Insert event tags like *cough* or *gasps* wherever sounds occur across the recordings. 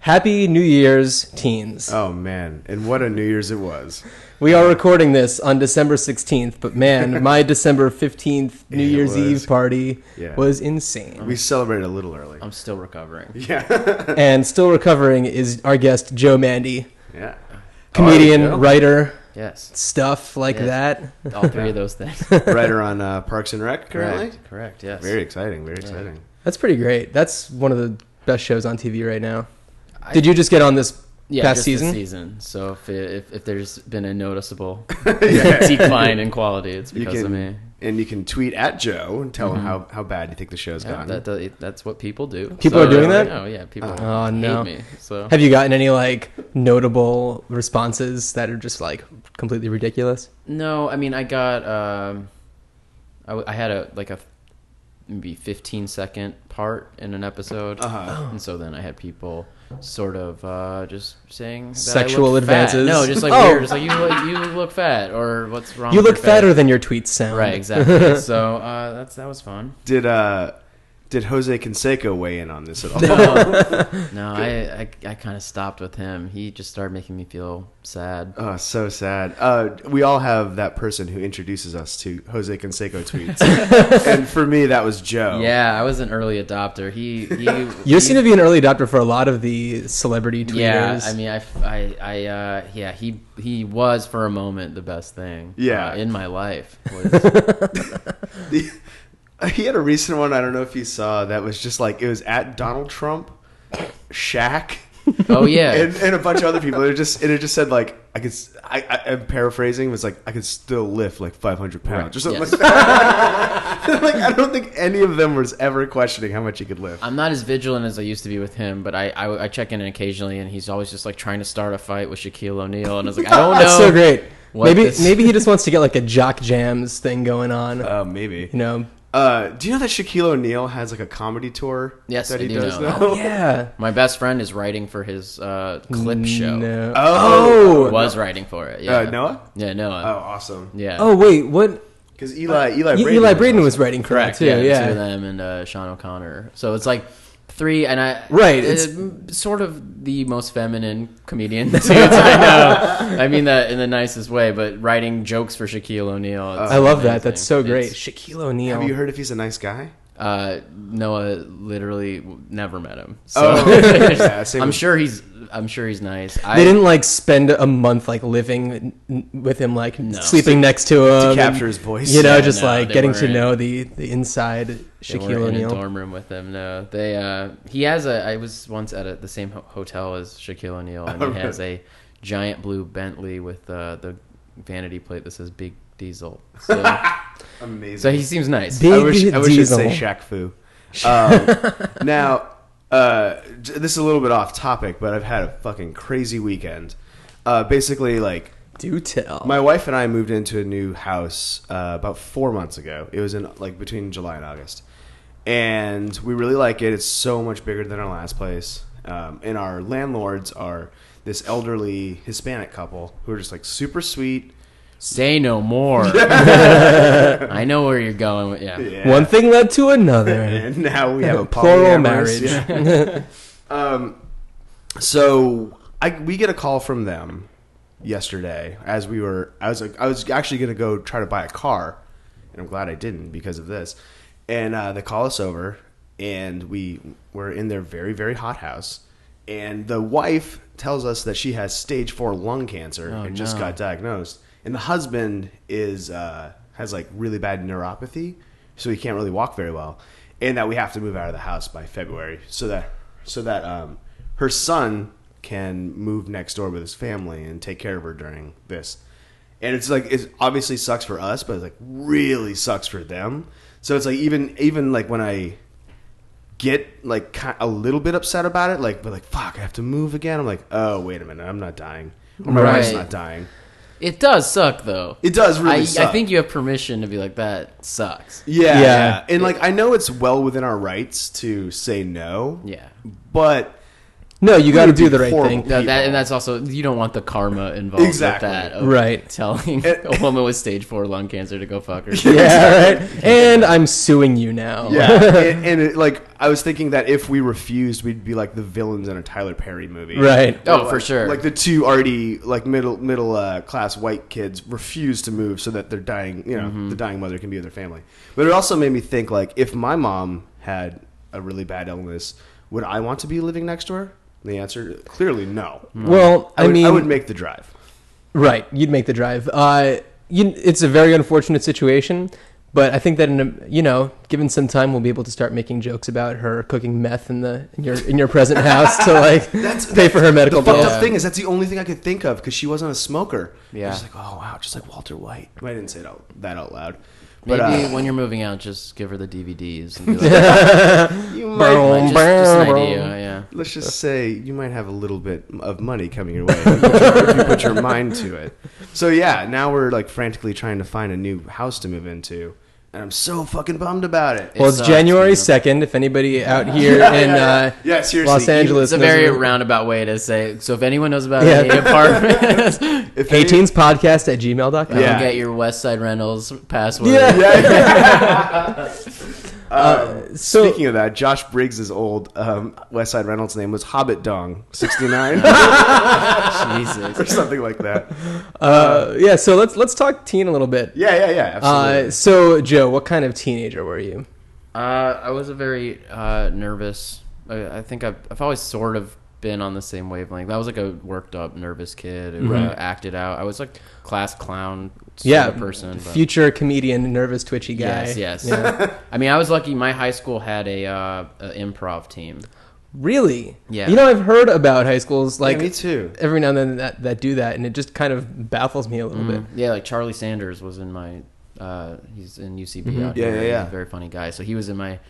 Happy New Year's, teens. Oh man, and what a New Year's it was. We are recording this on December 16th, but *laughs* man, my December 15th New It Year's was- Eve party yeah. was insane. We celebrated a little early. *laughs* I'm still recovering. Yeah, and still recovering is our guest, Joe Oh, Mandy, yeah. comedian, Oh, there writer, Yes, stuff like Yeah. that. all three of *laughs* those things. you go. writer on uh, Parks and Rec currently. Correct. Correct. Yes. Very exciting. Very *laughs* exciting. That's pretty great. That's one of the best shows on TV right now. I- Did you just get on this yeah, past just season? This season. So if, it, if if there's been *laughs* a noticeable Yeah. *laughs* decline in quality, it's You because of me. and you can tweet at Joe and tell him how, how bad you think the show's Yeah, gone. that, that- that's what people do. People are doing that? Oh yeah, people Oh, hate no. me. So Have you gotten any like notable responses that are just like completely ridiculous? no, I mean I got um, I, w- I had a like a maybe 15 second part in an episode, Uh-huh. and so then I had people sort of uh, just saying that I look Sexual fat. advances? No, just like Oh. weird, just like you look, you look fat or what's wrong? you with look your fat? fatter than your tweets sound. Right, exactly. *laughs* so uh, that's that was fun. Did uh, did Jose Canseco weigh in on this at all? Um, No, I I, I kind of stopped with him. He just started making me feel sad. *laughs* Oh, so sad. Uh, we all have that person who introduces us to Jose Canseco tweets, and for me, that was Joe. Yeah, I was an early adopter. *laughs* He he. You he- seem to be an early adopter for Oh. a lot of the celebrity tweeters. Yeah, I mean, I, I, I, uh, yeah, he, he was for a moment the best thing, Yeah. uh, in *laughs* my life. Was, *laughs* He had a recent one. I don't know if you saw. That was just like it was at Donald Trump, Shaq, oh *laughs* yeah, and, and a bunch of other people. It just and it just said like I could. s- I, I- I'm paraphrasing. It was like I could still lift like 500 pounds or something Yes. like that. *laughs* like I don't think any of them was ever questioning how much he could lift. I'm not as vigilant as I used to be with him, but I, I, I check in occasionally, and he's always just like trying to start a fight with Shaquille O'Neal, and I was like, I don't *laughs* know. That's Oh, so great. what Maybe this- maybe he just wants to get like a jock jams thing going on. Uh, maybe. you know? Uh, do you know that Shaquille O'Neal has like a comedy tour? Yes, that I he do does know now. that. Yeah. My best friend is writing for his uh, clip show. Mm, No. Oh, was writing for it. Yeah. Uh, Noah. Yeah, Noah. Oh, awesome. Yeah. Oh wait, what? Because Uh, Eli, Eli, Eli, Eli Braden was Braden awesome. was writing for that too. Yeah, Yeah. the two of them and uh, Sean O'Connor. So it's like three, and I Right, uh, it's- m- sort of the most feminine comedian *laughs* dudes I know. I mean that in the nicest way, but writing jokes for Shaquille O'Neal. it's I love that. amazing. That's so great. It's- Shaquille O'Neal. Have you heard if he's a nice guy? Uh, Noah literally w- never met him. So *laughs* Oh, yeah, same I'm with- sure he's. I'm sure he's nice. I they didn't like spend a month like living n- with him, like No. sleeping next to him, and, capture his voice. Um, You know, Yeah, just no, like they getting to weren't. know the the inside They Shaquille weren't in a O'Neal. dorm room with him. No, they. Uh, he has a. I was once at a, the same ho- hotel as Shaquille O'Neal, and *laughs* he Alright. has a giant blue Bentley with uh, the vanity plate that says Big Diesel. So, *laughs* Amazing. so he seems nice. Big I wish, I wish you'd Diesel. say Shaq Fu. Um, *laughs* now, uh, j- this is a little bit off topic, but I've had a fucking crazy weekend. Uh, basically, like Do tell. my wife and I moved into a new house uh, about four months ago. It was in like between July and August, and we really like it. It's so much bigger than our last place, um, and our landlords are this elderly Hispanic couple who are just like super sweet. Say *laughs* no more. I know where you're going. With, yeah. Yeah. One thing led to another. *laughs* and now we have *laughs* a Plural polyamorous- marriage. *laughs* yeah. um, so I we get a call from them yesterday as we were. I was like, I was actually going to go try to buy a car, and I'm glad I didn't because of this. And uh, they call us over, and we were in their very very hot house, and the wife tells us that she has stage four lung cancer and just no. got diagnosed. And the husband is uh, has like really bad neuropathy, so he can't really walk very well, and that we have to move out of the house by February so that so that um, her son can move next door with his family and take care of her during this. And it's like it obviously sucks for us, but it's like really sucks for them. So it's like even even like when I get like ki- a little bit upset about it, like but like fuck, I have to move again. I'm like, oh wait a minute, I'm not dying. Or my wife's Right. not dying. It does suck though. It does really I, suck. I think you have permission to be like that. Sucks. Yeah, Yeah. yeah. And like I know it's well within our rights to say no. Yeah. But No, you got to would do be the right horrible. *laughs* thing. No, that, and that's also you don't want the karma involved Exactly. with that. of Right. Telling It- *laughs* a woman with stage four lung cancer to go fuck *laughs* her. Yeah, right. And I'm suing you now. Yeah, and, and it, like I was thinking that if we refused, we'd be like the villains in a Tyler Perry movie, *laughs* Right. Oh, Like- for sure. Like the two already like middle middle uh, class white kids refuse to move so that their dying you know Mm-hmm. the dying mother can be with their family. But it also made me think like if my mom had a really bad illness, would I want to be living next to her? And the answer clearly no. Well, Mm. I, I, would, mean, I would make the drive. right. You'd make the drive. Uh, you, it's a very unfortunate situation, but I think that in a, you know, given some time, we'll be able to start making jokes about her cooking meth in the in your in your present house *laughs* to like pay for her medical The fucked bills. up thing is that's the only thing I could think of because she wasn't a smoker. Yeah. She's like, oh wow, just like Walter White. I didn't say it out, that out loud. Maybe But, uh, when you're moving out, just give her the DVDs and *laughs* be like, you Bro. might, just, just an idea. Yeah. let's just say you might have a little bit of money coming your way if you put your- if you put your mind to it. So yeah, now we're like frantically trying to find a new house to move into, and I'm so fucking bummed about it. Well, it's uh, sucks, January man. second. If anybody *laughs* out here in uh, uh, yeah, seriously, Los Angeles, It's a knows very about- roundabout way to say. So if anyone knows about Yeah. *laughs* any apartment, If any- 18's podcast at gmail.com. *laughs* Yeah. yeah. get your West Side Rentals password. *laughs* Yeah. *laughs* so- Um, Uh, speaking of that, Josh Briggs' old um, West Side Reynolds name was Hobbit Dong sixty nine or Jesus. something like that. Uh, yeah. So let's let's talk teen a little bit. Yeah, yeah, yeah. Absolutely. Uh, so Joe, what kind of teenager were you? Uh, I was a very uh, nervous. I, I think I've, I've always sort of been on the same wavelength. I was like a worked up, nervous kid who uh, acted out. I was like class clown sort Mm-hmm. yeah, of person. but- future comedian, nervous twitchy guy. Yes, yes. Yeah. *laughs* I mean, I was lucky. My high school had a, uh, a improv team. really? Yeah. You know, I've heard about high schools like yeah, me too. every now and then that, that do that, and it just kind of baffles me a little bit. Yeah, like Charlie Sanders was in my. Uh, he's in UCB. Out Mm-hmm. Yeah, here. yeah, He's yeah. a very funny guy. So he was in my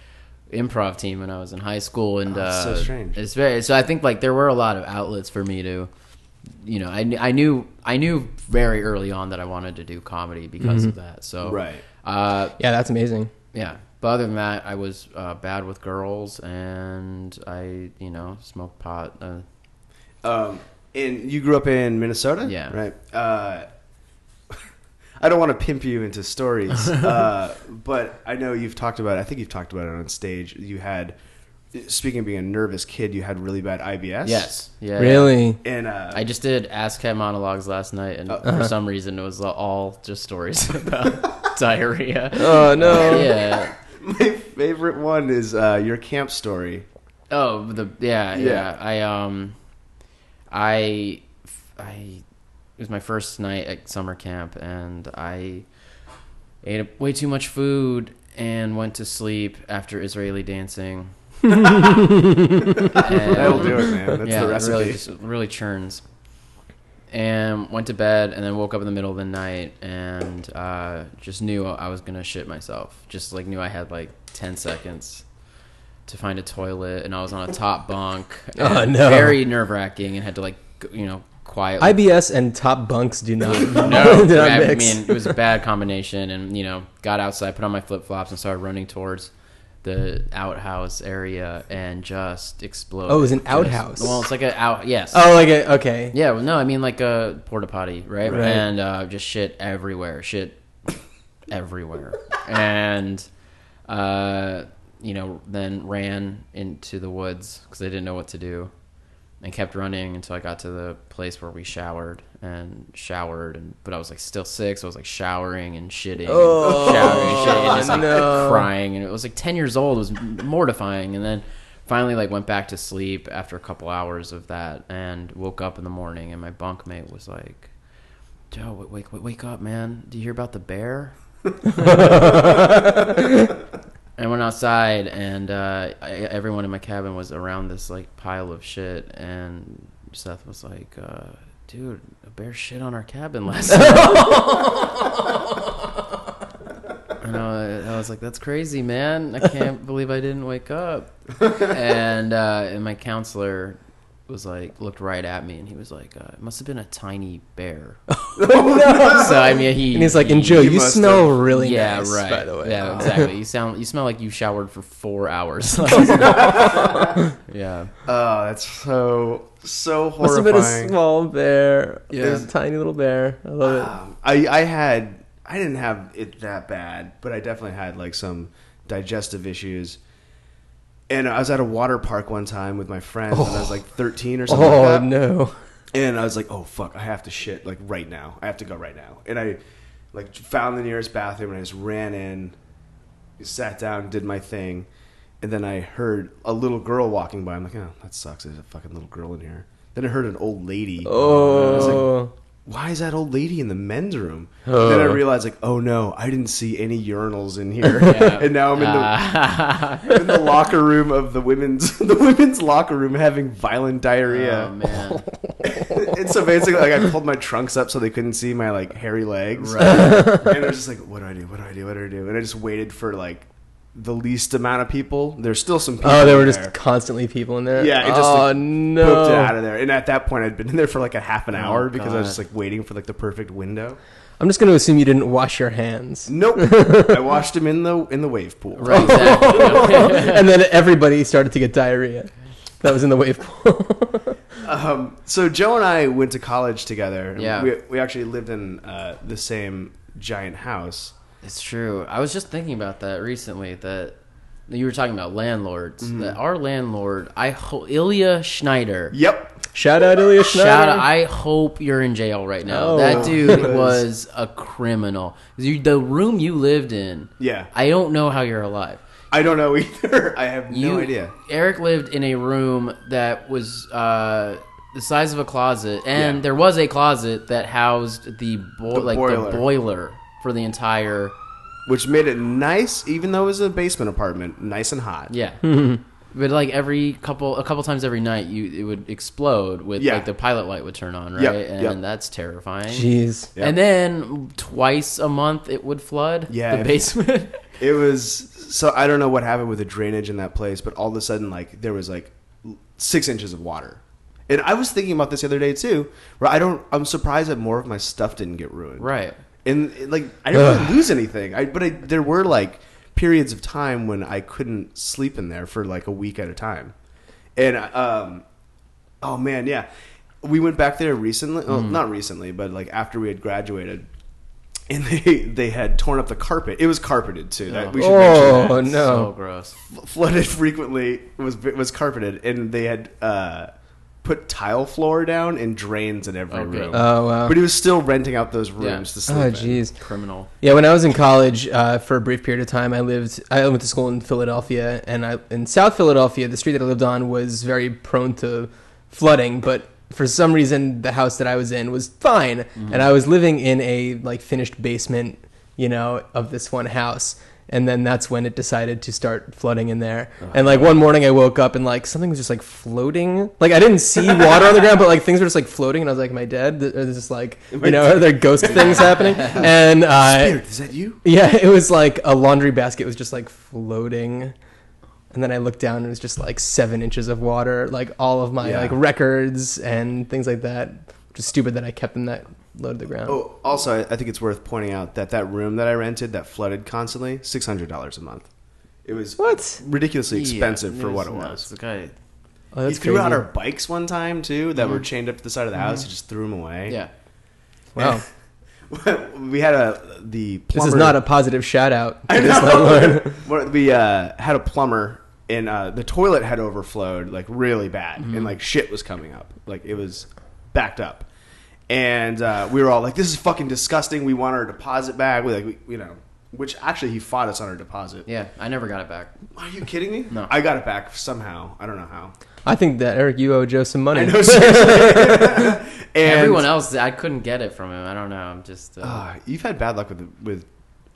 improv team when I was in high school, and Oh, that's uh, so strange. It's very so. I think like there were a lot of outlets for me to, you know, I, kn- I knew I knew very early on that I wanted to do comedy because of that. So Mm-hmm. Right. uh, Yeah, that's amazing. yeah. But other than that, I was uh, bad with girls, and I you know smoked pot. Uh, Um, and you grew up in Minnesota, Yeah. right? Uh, *laughs* I don't want to pimp you into stories, uh, but I know you've talked about. I think you've talked about it on stage. You had, speaking of being a nervous kid, you had really bad IBS. yes. Yeah. Really? and uh, I just did Ask Cat monologues last night, and Uh-huh. for some reason it was all just stories *laughs* about diarrhea. Oh no. Yeah. my favorite one is uh, your camp story. Oh, the yeah, yeah. Yeah. I um, I I it was my first night at summer camp, and I ate up way too much food and went to sleep after Israeli *laughs* dancing. That'll do it, man. That's the recipe. Really, just really churns. And went to bed, and then woke up in the middle of the night, and uh, just knew I was gonna shit myself. Just like knew I had like ten seconds to find a toilet, and I was on a top bunk. *laughs* Oh, and no. Very nerve wracking, and had to like g- you know quietly. IBS and top bunks do not. *laughs* no, do not I mix. mean it *laughs* was a bad combination, and you know got outside, put on my flip flops, and started running towards the outhouse area, and just exploded. Oh, it was an Just- outhouse. well, it's like an out. Yes. oh, like a, okay. Yeah, well, no, I mean like a porta potty, right? Right. And uh, just shit everywhere, shit everywhere, and uh, you know, then ran into the woods because I didn't know what to do, and kept running until I got to the place where we showered and showered, and but I was like still sick, so I was like showering and shitting, Oh, and showering and shitting, and just like no. crying, and it was like ten years old, it was mortifying, and then finally like went back to sleep after a couple hours of that, and woke up in the morning, and my bunkmate was like. Joe, wa- wake, wake, wake up, man. Do you hear about the bear? and I went outside, and uh, I, everyone in my cabin was around this like pile of shit. And Seth was like, uh, "Dude, a bear shit on our cabin last night." and I, I was like, "That's crazy, man! I can't believe I didn't wake up." and uh, and my counselor was like looked right at me, and he was like, uh, "It must have been a tiny bear." *laughs* no. *laughs* so I mean, he And he's like, he- and Joe, You you must smell really yeah, nice, right. by the way. Oh. yeah, exactly. You sound you smell like you showered for four *laughs* hours. *laughs* yeah, *laughs* Oh, that's so so Must have been a horrifying. small bear. Yeah. Yeah. There's a tiny little bear. I love *sighs* it. Um, I I had I didn't have it that bad, but I definitely had like some digestive issues. And I was at a water park one time with my friends, and I was like 13 or something. like Oh that. no. And I was like, oh fuck, I have to shit like right now. I have to go right now. And I like found the nearest bathroom and I just ran in, sat down, did my thing, and then I heard a little girl walking by. I'm like, oh, that sucks. There's a fucking little girl in here. Then I heard an old lady. And I was like, Oh. why is that old lady in the men's room? And Then I Oh. realized, like, oh no, I didn't see any urinals in here, *laughs* Yeah. *laughs* and now I'm in the Ah. in the locker room of the women's *laughs* the women's locker room having violent diarrhea. Oh man. *laughs* and so basically, like I pulled my trunks up so they couldn't see my like hairy legs, *laughs* and I was just like, "What do I do? What do I do? What do I do?" And I just waited for like the least amount of people. There's still some people. Oh, there were in just constantly people in there. Yeah, it It just, just, oh like, pooped it *laughs* out no. of there. And at that point, I'd been in there for like a half an hour because I was God. just like waiting for like the perfect window. I'm just going to assume you didn't wash your hands. Nope, I washed him in the in the wave pool. Right, exactly. *laughs* *laughs* and then everybody started to get diarrhea. That was in the wave pool. *laughs* Um, so Joe and I went to college together. and Yeah. we, we actually lived in uh, the same giant house. It's true. I was just thinking about that recently. That you were talking about landlords. Mm-hmm. That our landlord, I ho- Ilya Schneider. Yep. Shout out Ilya Schneider. Shout out! I hope you're in jail right now. Oh. that dude Yes. was a criminal. You, the room you lived in. Yeah. I don't know how you're alive. I don't know *laughs* either. I have no You- idea. Eric lived in a room that was uh, the size of a closet, and there was a closet that housed the, bo- The like boiler. the boiler for the entire. Which made it nice, even though it was a basement apartment, nice and hot. Yeah. But like every couple, a couple times every night, you it would explode with Yeah. like the pilot light would turn on, right? Yep, And yep. that's terrifying. Jeez. Yep. And then twice a month it would flood Yeah, the if- basement. *laughs* It was so I don't know what happened with the drainage in that place, but all of a sudden, like there was like six inches of water. And I was thinking about this the other day too. Where I don't, I'm surprised that more of my stuff didn't get ruined. right. and it, like I didn't really lose anything. I but I, there were like periods of time when I couldn't sleep in there for like a week at a time, and um, oh man, yeah, we went back there recently. Well, Mm. not recently, but like after we had graduated, and *laughs* they they had torn up the carpet. It was carpeted too. That, we should mention that Oh So no. gross. flooded frequently was was carpeted, and they had uh, put tile floor down and drains in every Oh, good. room. Oh wow. but he was still renting out those rooms to Oh sleep. in. jeez. Criminal. Yeah, when I was in college, uh, for a brief period of time, I lived. I went to school in Philadelphia, and I in South Philadelphia, the street that I lived on was very prone to flooding. But for some reason, the house that I was in was fine, and I was living in a like finished basement, you know, of this one house. And then that's when it decided to start flooding in there. And like one morning, I woke up and like something was just like floating. Like I didn't see water on the ground, but like things were just like floating. And I was like, "Am I dead? Or is this like you know, are there ghost things happening?" And uh, Spirit, is that you? yeah, *laughs* it was like a laundry basket was just like floating. And then I looked down and it was just like seven inches of water, like all of my Yeah. like records and things like that. Just stupid that I kept them that low to the ground. Oh, also, I- I think it's worth pointing out that that room that I rented that flooded constantly, six hundred dollars a month. It was What? ridiculously expensive Yeah, for what it nuts. was. The guy. Oh, He that's threw crazy. out our bikes one time too that were chained up to the side of the house. He just threw them away. Yeah. wow. *laughs* we had a the This plumber. is not a positive shout out. I to this know. landlord. *laughs* One- we uh, had a plumber, and uh, the toilet had overflowed like really bad, Mm-hmm. and like shit was coming up, like it was backed up, and uh, we were all like, "This is fucking disgusting. We want our deposit back." We like, we, you know, which actually he fought us on our deposit. Yeah. I never got it back. Are you kidding me? No. I got it back somehow. I don't know *laughs* how. I think that Eric, you owe Joe some money. I know. seriously. *laughs* and Everyone else, I couldn't get it from him. I don't know. I'm just. Uh, Ah, you've had bad luck with with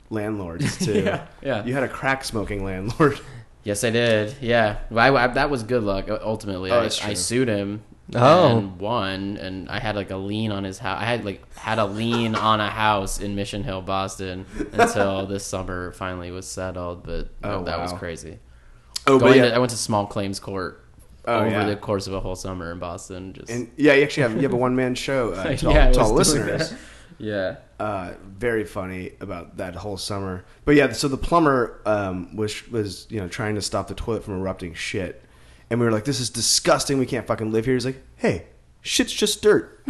landlords too. *laughs* Yeah, yeah. You had a crack smoking landlord. yes, I did. Yeah. Well, I, I- that was good luck. uh, Ultimately, Oh, I, that's true. I sued him. Oh. And won, and I had like a lien on his house. I had like had *laughs* a lien on a house in Mission Hill, Boston, until this summer finally was settled. But no, Oh, that was wow. crazy. Oh, Going but yeah. to, I went to small claims court Oh, over yeah. the course of a whole summer in Boston. Just And yeah, you actually have you *laughs* have a one man show uh, to all, Yeah, I to all was doing listeners. yeah, Uh, very funny about that whole summer. But yeah, so the plumber um, was was you know trying to stop the toilet from erupting shit, and we were like, "This is disgusting. We can't fucking live here." He's like, "Hey, shit's just *laughs* dirt.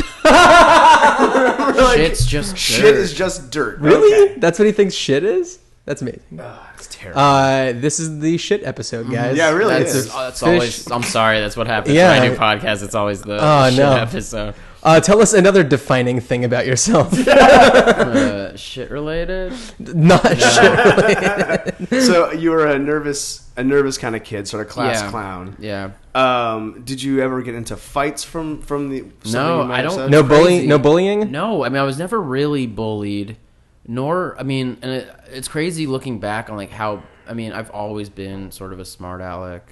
We're *laughs* like, shit's just shit dirt. is just *laughs* dirt. Really? Okay. That's what he thinks shit is? That's amazing. Ah, it's terrible. Mm-hmm. Uh, this is the shit episode, guys. Yeah, it really That's, is. Oh, a Oh, that's fish- always. I'm sorry. That's what happens Yeah. when I do podcasts. It's always the Oh, shit no. episode. Uh, tell us another defining thing about *laughs* yourself. Uh, shit related. Not shit. so you were a nervous a nervous kind of kid, sort of class Yeah. clown. Yeah. Um, did you ever get into fights from from the? something No, you might I have don't- said? No bullying. Crazy. No bullying. No, I mean I was never really bullied, nor I mean, and it, it's crazy looking back on like how I mean I've always been sort of a smart aleck.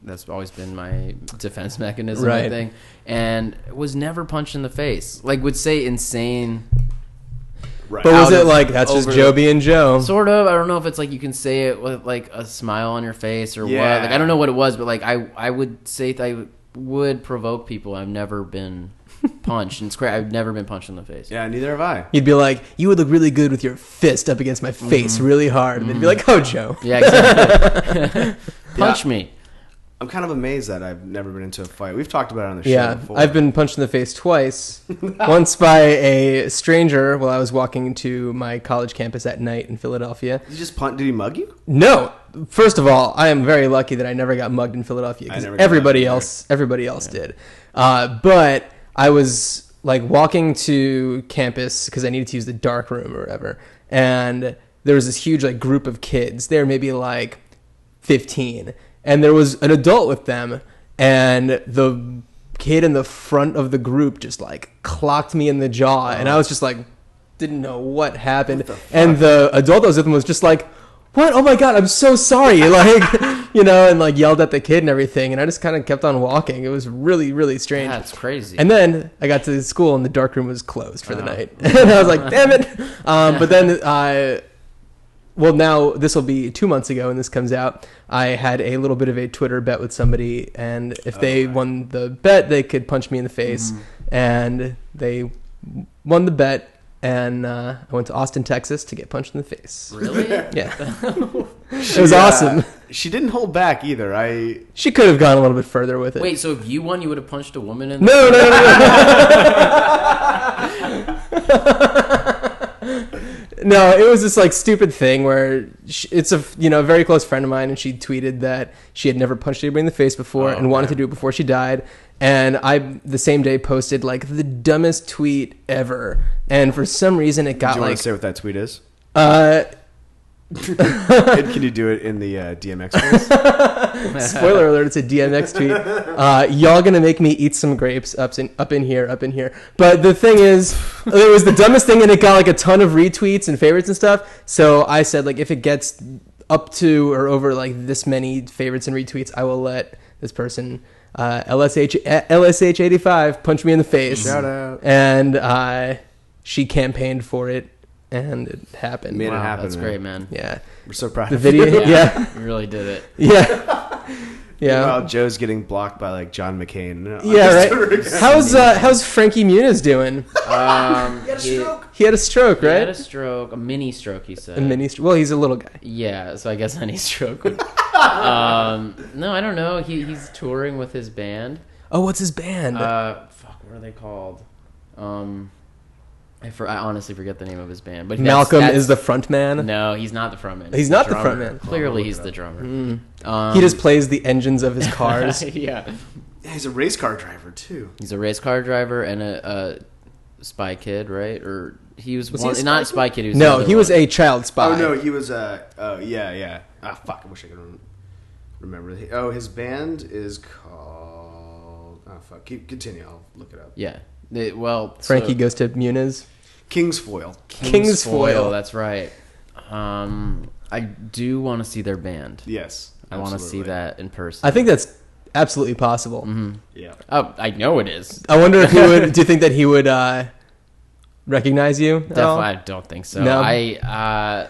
That's always been my defense mechanism, Right. I think, and was never punched in the face. Like would say insane. Right. But was Out it of- like that's just over- Joe being Joe? Sort of. I don't know if it's like you can say it with like a smile on your face or Yeah. what. Like I don't know what it was, but like I I would say th- I would provoke people. I've *laughs* never been punched. and it's crazy. I've never been punched in the face. yeah, neither have I. You'd be like, you would look really good with your fist up against my Mm-hmm. face really hard, and they'd be like, oh Joe. *laughs* *laughs* Yeah, exactly. Punch me. I'm kind of amazed that I've never been into a fight. We've talked about it on the show Yeah, before. I've been punched in the face twice. *laughs* Once by a stranger while I was walking to my college campus at night in Philadelphia. Did you just punt? Did he mug you? No, first of all, I am very lucky that I never got mugged in Philadelphia I because never got everybody mugged else, everybody else did. Uh, but I was like walking to campus because I needed to use the dark room or whatever, and there was this huge like group of kids. They were maybe like fifteen, and there was an adult with them, and the kid in the front of the group just like clocked me in the jaw, and I Oh. was just like, didn't know what happened, and the adult that was with him was just like what? Oh my god, I'm so sorry. *laughs* Like, you know, and like yelled at the kid and everything. And I just kind of kept on walking. It was really, really strange. That's crazy. Oh. And then I got to school and the dark room was closed for the night. *laughs* and I was like, damn it. Um, but then I, well, now this will be two months ago when this comes out. I had a little bit of a Twitter bet with somebody. And if Oh, they won the bet, they could punch me in the face. Mm-hmm. And they won the bet. And uh, I went to Austin, Texas to get punched in the face. *laughs* really? Yeah. *laughs* it was Yeah. awesome. She didn't hold back either. I She could have gone a little bit further with it. Wait, so if you won, you would have punched a woman in the No, no, no, no. No, *laughs* it was this like stupid thing where sh it's a you know a very close friend of mine, and she tweeted that she had never punched anybody in the face before Oh, and wanted okay. to do it before she died. And I the same day posted like the dumbest tweet ever, and for some reason it do got you want like to say what that *laughs* tweet is? uh, Can can you do it in the uh, DMX *laughs* voice? Spoiler *laughs* alert! It's a DMX tweet. Uh, y'all gonna make me eat some grapes up in up in here, up in here. But the thing *laughs* is, it was the dumbest thing, and it got like a ton of retweets and favorites and stuff. So I said, like, if it gets up to or over like this many favorites and retweets, I will let this person uh, LSH LSH eighty five punch me in the face. Shout out. And uh, she campaigned for it, and it happened. Man. Made it Wow, happen, that's man. great, man. Yeah, We're so proud. the of video. Yeah, *laughs* *laughs* yeah, *laughs* you really did it. yeah. Meanwhile, Joe's getting blocked by like John McCain. uh, No, I'm Yeah, just- right. How's uh, how's Frankie Muniz doing? Um, he had a stroke, He had a stroke, He right? had a stroke, a mini stroke. He said. a mini. St- well, he's a little guy. yeah, so I guess *laughs* any stroke. Would, um, no, I don't know. He he's touring with his band. Oh, what's his band? Uh, fuck, what are they called? Um, I, for, I honestly forget the name of his band. But that's- Malcolm that's- is the front man. No, he's not the frontman. He's not the frontman. Clearly, he's the drummer. Um, He just plays the engines *laughs* of his cars. yeah. Yeah, he's a race car driver too. He's a race car driver and a, a spy kid, right? Or he was, Was he one, a not a spy spy kid. He was no, another he was one. a child spy. Oh no, he was uh oh yeah yeah ah fuck I wish I could rem- remember the- oh his band is called oh fuck keep continue I'll look it up yeah. They- well, so- Frankie goes to Muniz. Kingsfoil Kingsfoil. That's right. Um, I do want to see their band. yes I want to see absolutely. that in person. I think that's absolutely possible. yeah oh, I know it is. I wonder if he *laughs* would. do you think that he would uh, recognize you? at all? Definitely, I don't think so. No. I uh,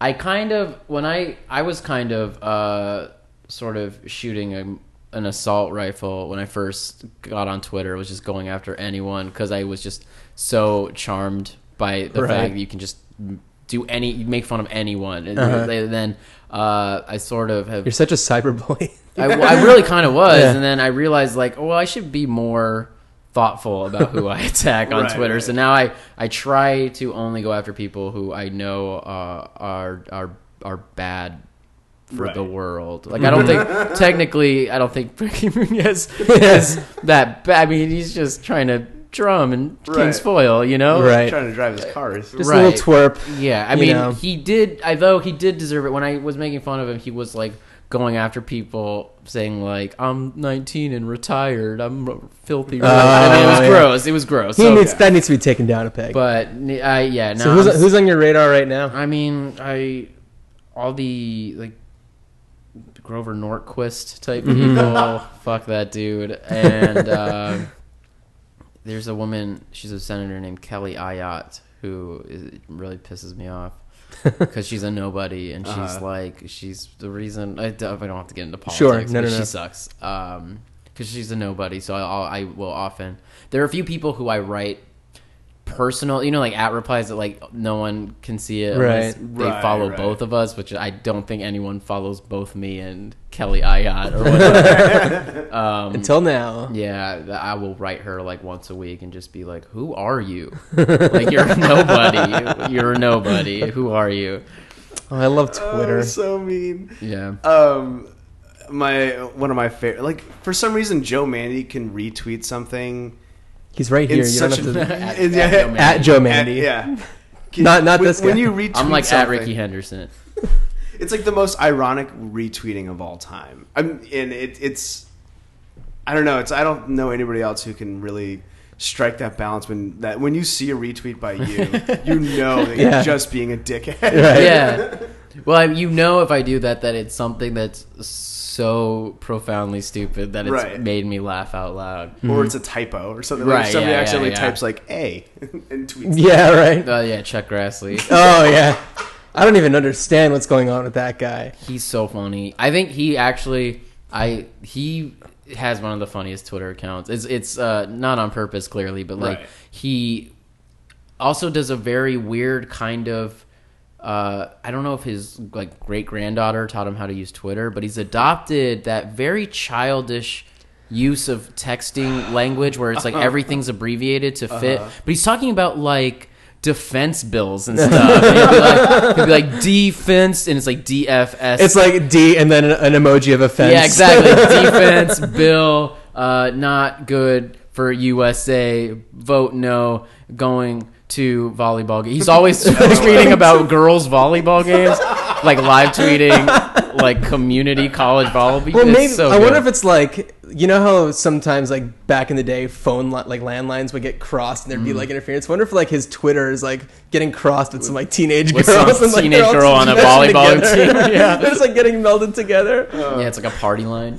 I kind of when I I was kind of uh, sort of shooting a an assault rifle when I first got on Twitter. Was just going after anyone because I was just so charmed by the Right. fact that you can just do any, you make fun of anyone. And Uh-huh. then uh, I sort of have You're such a *laughs* cyberbully. I, I really kind of was, Yeah. and then I realized like, oh, well, I should be more thoughtful about *laughs* who I attack on Right, Twitter. right. So now I I try to only go after people who I know uh, are are are bad for Right. Mm-hmm. the world. Like I *laughs* don't think technically I don't think Frankie Muniz is that bad. I mean, he's just trying to drum and Right. King's foil, you know? Right. trying to drive his cars. Just a little twerp. Yeah, I you mean, know. he did. I though he did deserve it. When I was making fun of him, he was like going after people, saying like, "I'm 19 and retired. I'm a filthy." rich." I mean, it was Oh, yeah. gross. It was gross. He So, needs that needs to be taken down a peg. but I yeah. No, so who's, who's on your radar right now? I mean, I all the like Grover Norquist type Mm-hmm. people. fuck that dude. And um there's a woman. She's a senator named Kelly Ayotte who is, really pisses *laughs* me off. Because she's a nobody, and she's Uh-huh. like, she's the reason. I, don't- I don't have to get into politics. Sure. No, no, but she no. sucks. Um, because she's a nobody, so I'll, I will often. There are a few people who I write personal, you know, like at replies that like no one can see it unless Right. they Right, follow right. both of us, which I don't think anyone follows both me and Kelly Ayotte *laughs* or whatever. Until now. yeah, th- I will write her like once a week and just be like, "Who *laughs* are you? like you're a nobody. You're a nobody. Who are you?" Oh, I love *laughs* Twitter. Oh, so mean. Yeah. Um, my one of my favorite. Like for some reason, Joe Mandy can retweet something He's right in here. You don't such have to. a At- in- at Joe Mandy. At Joe at- Mandy. yeah. *laughs* Not- not when, this When guy. you retweet, I'm like at something, Ricky Henderson. It's like the most ironic retweeting of all time. I'm and it, it's I don't know. It's I don't know anybody else who can really strike that balance when that when you see a retweet *laughs* by you, you know that Yeah. you're just being a dickhead. Right. *laughs* yeah. Well, I, you know, if I do that, that it's something that's so profoundly stupid that it's Right. made me laugh out loud. Mm-hmm. Or it's a typo or something. Right, like somebody yeah, yeah, accidentally yeah. types like A *laughs* and tweets. *laughs* Yeah, right. Oh yeah, Chuck Grassley. *laughs* Oh, yeah. I don't even understand what's going on with that guy. He's so funny. I think he actually, I he has one of the funniest Twitter accounts. It's it's uh, not on purpose, clearly, but like Right. he also does a very weird kind of. Uh, I don't know if his like great granddaughter taught him how to use Twitter, but he's adopted that very childish use of texting language where it's like everything's abbreviated to fit. But he's talking about like defense bills and stuff. And he'd, be like, he'd be like defense, and it's like DFS. It's like D and then an emoji of offense. Yeah, exactly. *laughs* Defense, Bill, uh, not good for USA. Vote no. Going to volleyball. Game. *laughs* He's always tweeting about girls volleyball games, like live tweeting, like community college volleyball. Well, It's maybe so I wonder good. if it's like you know how sometimes like back in the day phone li- like landlines would get crossed and there'd Mm. be like interference. I wonder if like his Twitter is like getting crossed with some like teenage With girls some and like teenage they're all girl on a meshing volleyball together. *laughs* team, yeah. they're just like getting melded together. yeah, it's like a party line.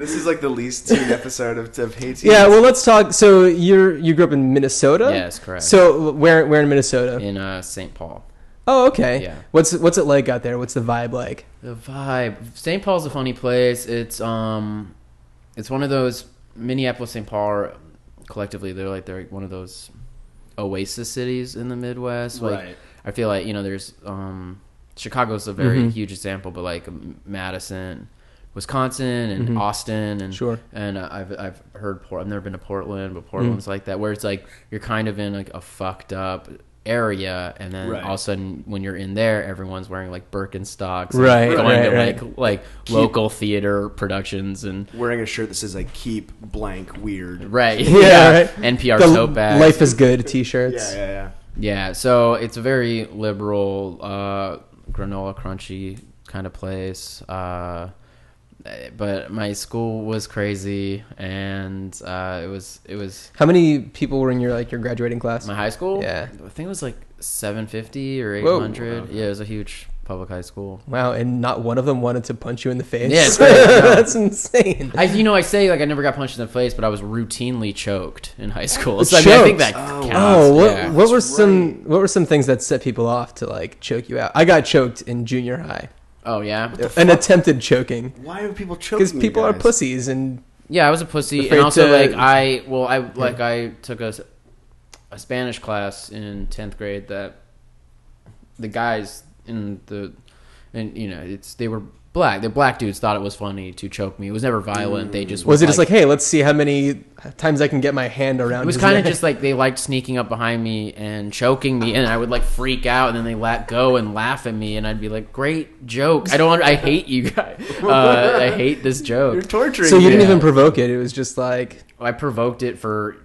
This is like the *laughs* least teen episode of, of Hey Teens. yeah, well, let's talk. So you're you grew up in Minnesota. Yes, correct. So where where in Minnesota? In uh, St. Paul. Oh, okay. Yeah. What's what's it like out there? What's the vibe like? The vibe. St. Paul's a funny place. It's um, it's one of those Minneapolis, St. Paul. are- Collectively, they're like they're one of those oasis cities in the Midwest. Like, Right. I feel like you know, there's um, Chicago's a very huge example, but like M- Madison, Wisconsin, and Austin, and Sure. And uh, I've I've heard Port. I've never been to Portland, Mm-hmm. but Portland's like that, where it's like you're kind of in like a fucked up area, and then Right. all of a sudden when you're in there, everyone's wearing like Birkenstocks, and Right, Going right, to right. like like local theater productions and Wearing a shirt that says like keep blank weird. right, *laughs* right. NPR The soap bags, Life is good T-shirts. Yeah, yeah, yeah. Yeah, so it's a very liberal, uh, granola crunchy kind of place. Uh, but my school was crazy, and uh, it was it was How many people were in your like your graduating class? my high school. Yeah. I think it was like seven fifty or eight Whoa. hundred. Yeah, it was a huge public high school. Wow, and not one of them wanted to punch you in the face. *laughs* Yeah, it's great, no. that's insane. I, you know, I say like I never got punched in the face, but I was routinely choked in high *laughs* school. So I, mean, I think that Choked? Oh, counts. Oh, what, yeah. what were some what were some things that set people off to like choke you out? I got choked in junior high. Oh yeah, an attempted choking Why are people choking? because people are pussy. pussies and yeah. I was a pussy, Afraid and also to- like I well, I like I took a, s- a Spanish class in tenth grade that the guys in the and you know it's they were black. The black dudes thought it was funny to choke me. It was never violent. They just Mm. was would, it just like, hey, let's see how many times I can get my hand around. It was his kind of neck." just like they liked sneaking up behind me and choking me, and I would like freak out, and then they let go and laugh at me, and I'd be like, "Great joke! I don't. want- I hate you guys. *laughs* Uh, I hate this You're joke." torturing. so you didn't me. even provoke it. It was just like I provoked it for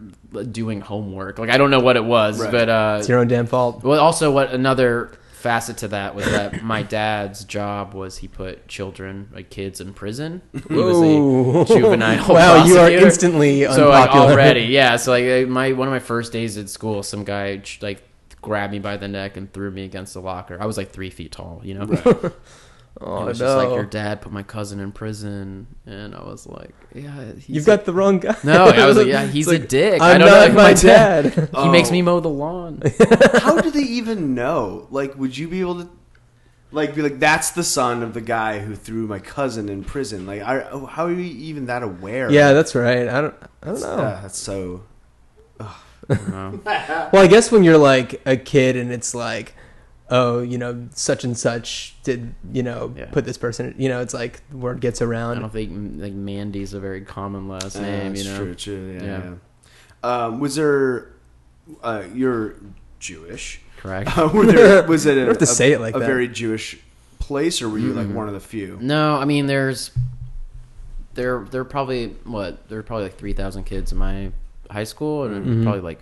doing homework. Like I don't know what it was, Right. but uh, it's your own damn fault. well, also what another facet to that was *coughs* that my dad's job was he put children, like kids, in prison. He was Ooh. a *laughs* juvenile. Wow, you are prosecutor. instantly so like unpopular. *laughs* already yeah so like I- my one of my first days at school some guy ch- like grabbed me by the neck and threw me against the locker i was like three feet tall you *laughs* know Oh, it was just like your dad put my cousin in prison and i was like yeah he's You've a- got the wrong guy. no i *laughs* was like yeah he's It's a like, dick I'm i don't not know my dad. *laughs* he makes Oh. me mow the *laughs* lawn *laughs* How do they even know? Like, would you be able to, like, be like, that's the son of the guy who threw my cousin in prison? Like, I, oh, how are you even that aware? yeah, that's right. I don't. I don't know. Ah, that's so. No. Well, I guess when you're like a kid and it's like, oh, you know, such and such did, you know, Yeah. put this person, you know, it's like word gets i don't around. think m- like mandy's a very common last Uh, name you it's know True, true, yeah. Yeah. yeah. Um, was there? Uh, you're Jewish. correct Uh, *laughs* were there, was it a, You don't have to a- say it like a that. very Jewish place, or were you like one of the few? *laughs* No, I mean there's there there are probably what there were probably like three thousand kids in my high school, and probably like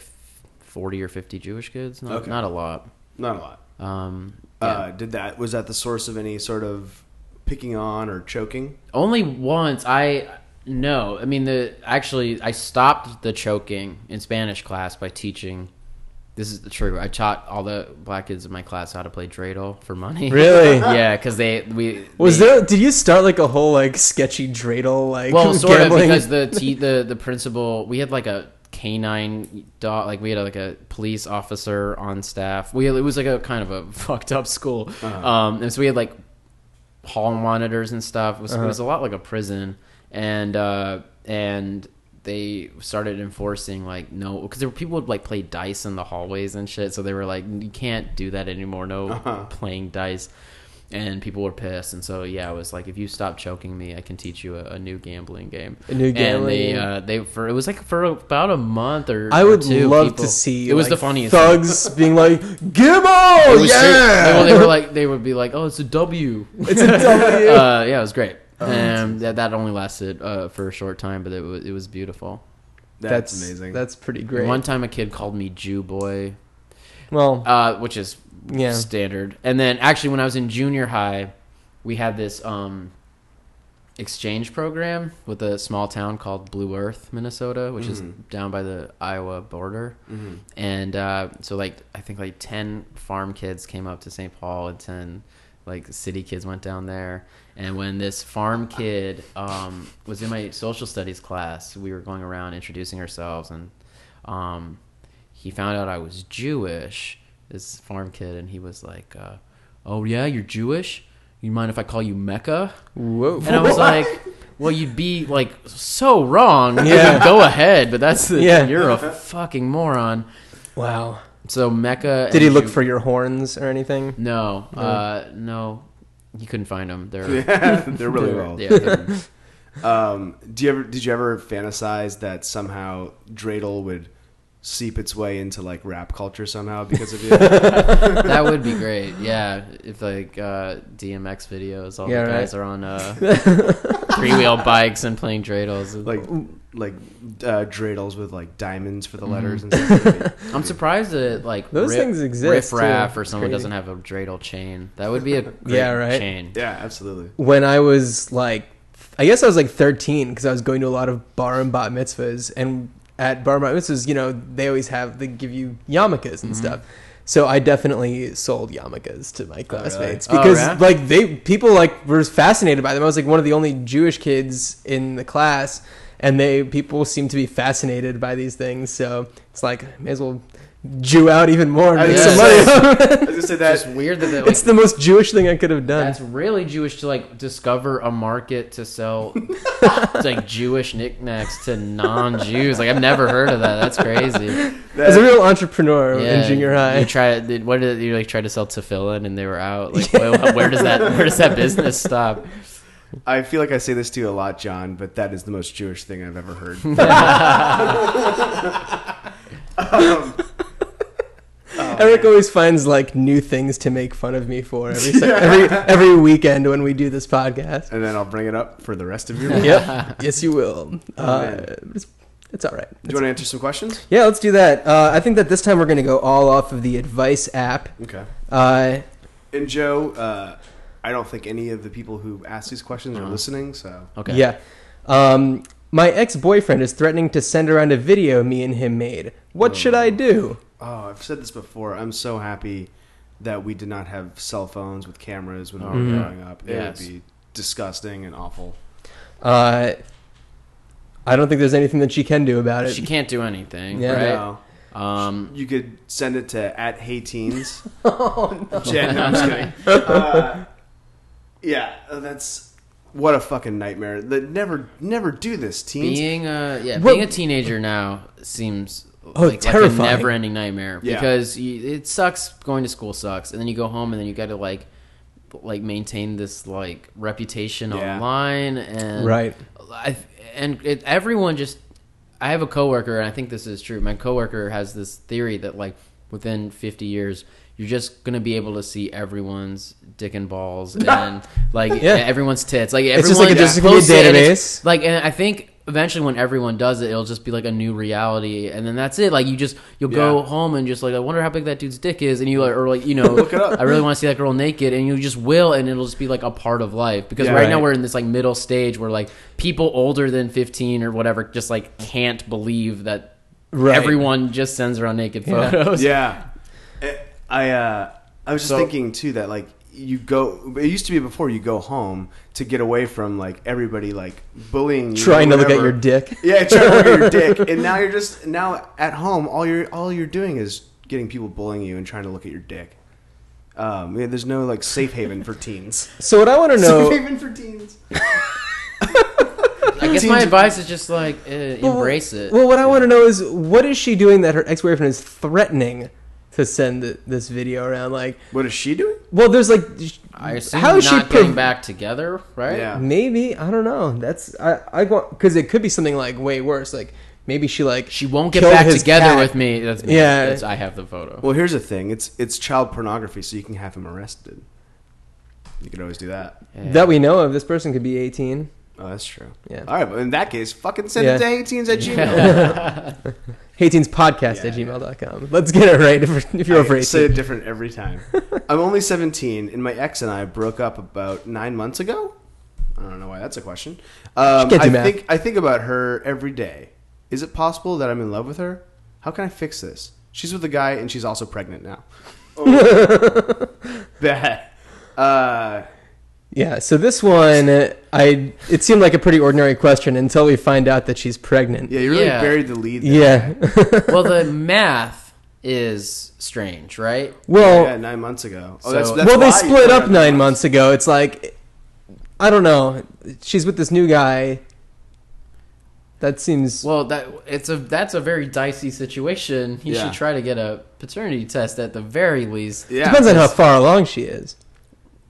forty or fifty Jewish kids. Not, Okay. not a lot. Not a lot. Um, yeah. Uh, did that? Was that the source of any sort of picking on or choking? Only once I no, I mean the actually I stopped the choking in Spanish class by teaching. This is true. I taught all the black kids in my class how to play dreidel for money. Really? *laughs* yeah, because they we Was they- there? Did you start like a whole like sketchy dreidel like well sort gambling? *laughs* of because the t- the the principal we had like a canine dog like we had like a police officer on staff we it was like a kind of a *laughs* fucked up school um and so we had like hall monitors and stuff it was, Uh-huh. it was a lot like a prison and uh and they started enforcing like no because there were people would like play dice in the hallways and shit so they were like you can't do that anymore no playing dice and people were pissed and so yeah it was like if you stop choking me i can teach you a, a new gambling game A new gambling and they game. uh they for it was like for about a month or I or would two, love people- to see. it was like, the funniest thing. thugs being like, It "Gibbo, was straight- yeah." *laughs* well, they were like they would be like oh it's a w it's a *laughs* W. uh, yeah, it was great. Oh, and that, that only lasted uh, for a short time, but it was it was beautiful. That's, amazing. That's pretty great. One time, a kid called me Jew boy, well, uh, which is Yeah. standard. And then actually, when I was in junior high, we had this um, exchange program with a small town called Blue Earth, Minnesota, which is down by the Iowa border. Mm-hmm. *laughs* And uh, so, like, I think like ten farm kids came up to St. Paul, and ten like city kids went down there. And when this farm kid um, was in my social studies class, we were going around introducing ourselves, and um, he found out I was Jewish. This farm kid, and he was like, uh, "Oh yeah, you're Jewish. You mind if I call you Mecca?" whoa. And *laughs* I was like, well, you'd be like so wrong. Yeah. Yeah. Go ahead, but that's the, Yeah. you're a fucking moron. wow. So Mecca. Did he and look Ju- for your horns or anything? No, uh, no, you couldn't find them. They're They're really well. yeah, they're- *laughs* Um, do you ever did you ever fantasize that somehow dreidel would seep its way into like rap culture somehow because of you? that would be great. Yeah, if like uh, DMX videos, all Yeah, the right. guys are on *laughs* uh, three wheel bikes and playing dreidels. like like uh, dreidels with like diamonds for the letters and stuff. I'm *laughs* surprised that like Those things exist, Riff Raff too. or someone Crazy. doesn't have a dreidel chain. That would be a great *laughs* Yeah, right. chain. yeah, absolutely. when I was like, I guess I was like 13 because I was going to a lot of bar and bat mitzvahs, and at bar and bat mitzvahs, you know, they always have they give you yarmulkes Mm-hmm. and stuff. So I definitely sold yarmulkes to my classmates Oh, because yeah? like they people like were fascinated by them. I was like one of the only Jewish kids in the class, and they people seem to be fascinated by these things. So it's like may as well Jew out even more I and was make Yeah. some *laughs* gonna money. say- I was gonna say that. It's weird that the, like, it's the most Jewish thing I could have done. that's really Jewish to like discover a market to *laughs* sell like Jewish knickknacks to non-Jews. Like I've never heard of that. That's crazy. As a real entrepreneur Yeah, in junior high, You try did, what did you like try to sell tefillin and they were *laughs* out. Like where, where does that where does that business stop? I feel like I say this to you a lot, John, but that is the most Jewish thing I've ever heard. um, Oh, Eric always finds like new things to make fun of me for every se- every every weekend when we do this *laughs* podcast. and then I'll bring it up for the rest of your week. yep. Yes, you will. Uh, Oh, man. it's, it's all right. Do you want to answer some questions? Yeah, let's do that. Uh, I think that this time we're going to go all off of the advice app. Okay. Uh, And Joe, uh, I don't think any of the people who ask these questions are listening, so Okay. Yeah. Um, my ex boyfriend is threatening to send around a video me and him made. What should I do? Oh, I've said this before. I'm so happy that we did not have cell phones with cameras when we were Mhm. growing up. It Yes. would be disgusting and awful. Uh, I don't think there's anything that she can do about it. She can't do anything, Yeah. right? No. Um, You could send it to at hey teens. *laughs* Jen, no, I'm just kidding. Uh, yeah, uh, that's what a fucking nightmare. That never, never do this, teens. being a yeah, What- being a teenager now seems Oh, like, like a terrifying. never-ending nightmare Yeah. because you, it sucks. Going to school sucks, and then you go home, and then you got to like like maintain this like reputation Yeah. online and Right. I and it, everyone just I have a coworker and I think this is true. My coworker has this theory that like within 50 years you're just going to be able to see everyone's dick and *laughs* balls and like Yeah. everyone's tits. Like It's just like everyone a- just gonna be a posts it and it's- database. Like and I think eventually when everyone does it it'll just be like a new reality and then that's it. Like you just you'll go Yeah. home and just like I wonder how big that dude's dick is and you like, or like you know look it up. I really want to see that girl naked and you just will and it'll just be like a part of life because Yeah. right, Right. now we're in this like middle stage where like people older than 15 or whatever just like can't believe that Right. everyone just sends around *laughs* naked Yeah. Oh. photos. Yeah, Eh, I uh, I was just So- thinking too that like you go. It used to be before you go home to get away from like everybody like bullying, you or Trying to look at whatever. your dick. Yeah, trying to *laughs* look at your dick, and now you're just now at home. All you're all you're doing is getting people bullying you and trying to look at your dick. Um, yeah, there's no like safe haven for *laughs* teens. So what I *laughs* want to Safe know, haven for teens. *laughs* I guess my advice is just like uh, embrace it. well, what I want to know is what is she doing that her ex boyfriend is threatening to send th- this video around? Like, What is she doing? well, there's like, I assume how is she not getting prov- back together, right? Yeah. Maybe I don't know. That's I I want because it could be something like way worse. Like maybe she like She won't get killed back his together cat. with me. That's me. Yeah. That's- I have the photo. Well, here's the thing. It's it's child pornography, so you can have him arrested. You could always do that. Yeah. that we know of. This person could be eighteen. Oh, that's true. Yeah. All right, but in that case, fucking send Yeah. it to 18s *laughs* at Gmail. Hayteens podcast at Yeah. gmail.com. Let's get it right if, if you're over I 18. say it different *laughs* every time. I'm only 17, and my ex and I broke up about nine months ago. I don't know why that's a question. Um, She can't do I math. think I think about her every day. Is it possible that I'm in love with her? How can I fix this? She's with a guy, and she's also *laughs* pregnant now. *laughs* Oh. that. Uh, yeah, so this one, uh, I it seemed like a pretty ordinary question until we find out that she's pregnant. yeah, you really Yeah. buried the lead. There. Yeah. *laughs* *laughs* well, the math is strange, right? well, Yeah, nine months ago. Oh, So- that's, that's well, they why you split broke up nine months ago. It's like, I don't know. She's with this new guy. That seems. Well, that it's a that's a very dicey situation. He Yeah. should try to get a paternity test at the very least. Yeah, depends on how that's- far along she is.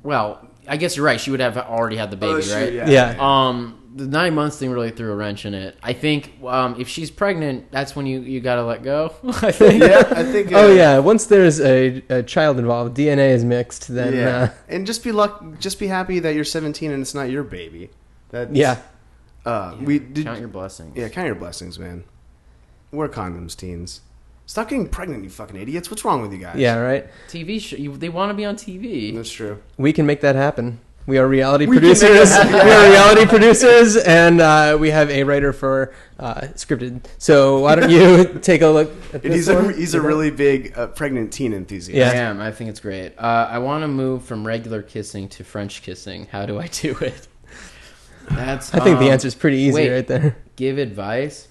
Well, I guess you're right. She would have already had the baby, Oh, sure, right? Yeah. Yeah. Um, the nine months thing really threw a wrench in it. I think um, if she's pregnant, that's when you, you gotta let go. *laughs* I think. yeah, I think. *laughs* uh, Oh yeah, once there's a, a child involved, DNA is mixed. Then yeah, uh, and just be luck. Just be happy that you're 17 and it's not your baby. That yeah, Uh, we did. Count your blessings. yeah, count your blessings, man. Wear condoms, teens. Stop getting pregnant, you fucking idiots. What's wrong with you guys? yeah, right. TV show. You, they want to be on TV. that's true. We can make that happen. We are reality We can make producers. that *laughs* we are reality producers, and uh, we have a writer for uh, scripted. So why don't *laughs* you take a look? At And this he's a one? he's a really big uh, pregnant teen enthusiast. Yeah. Damn, I think it's great. Uh, I want to move from regular kissing to French kissing. How do I do it? That's. I think the um, answer's pretty easy wait. right there. give advice.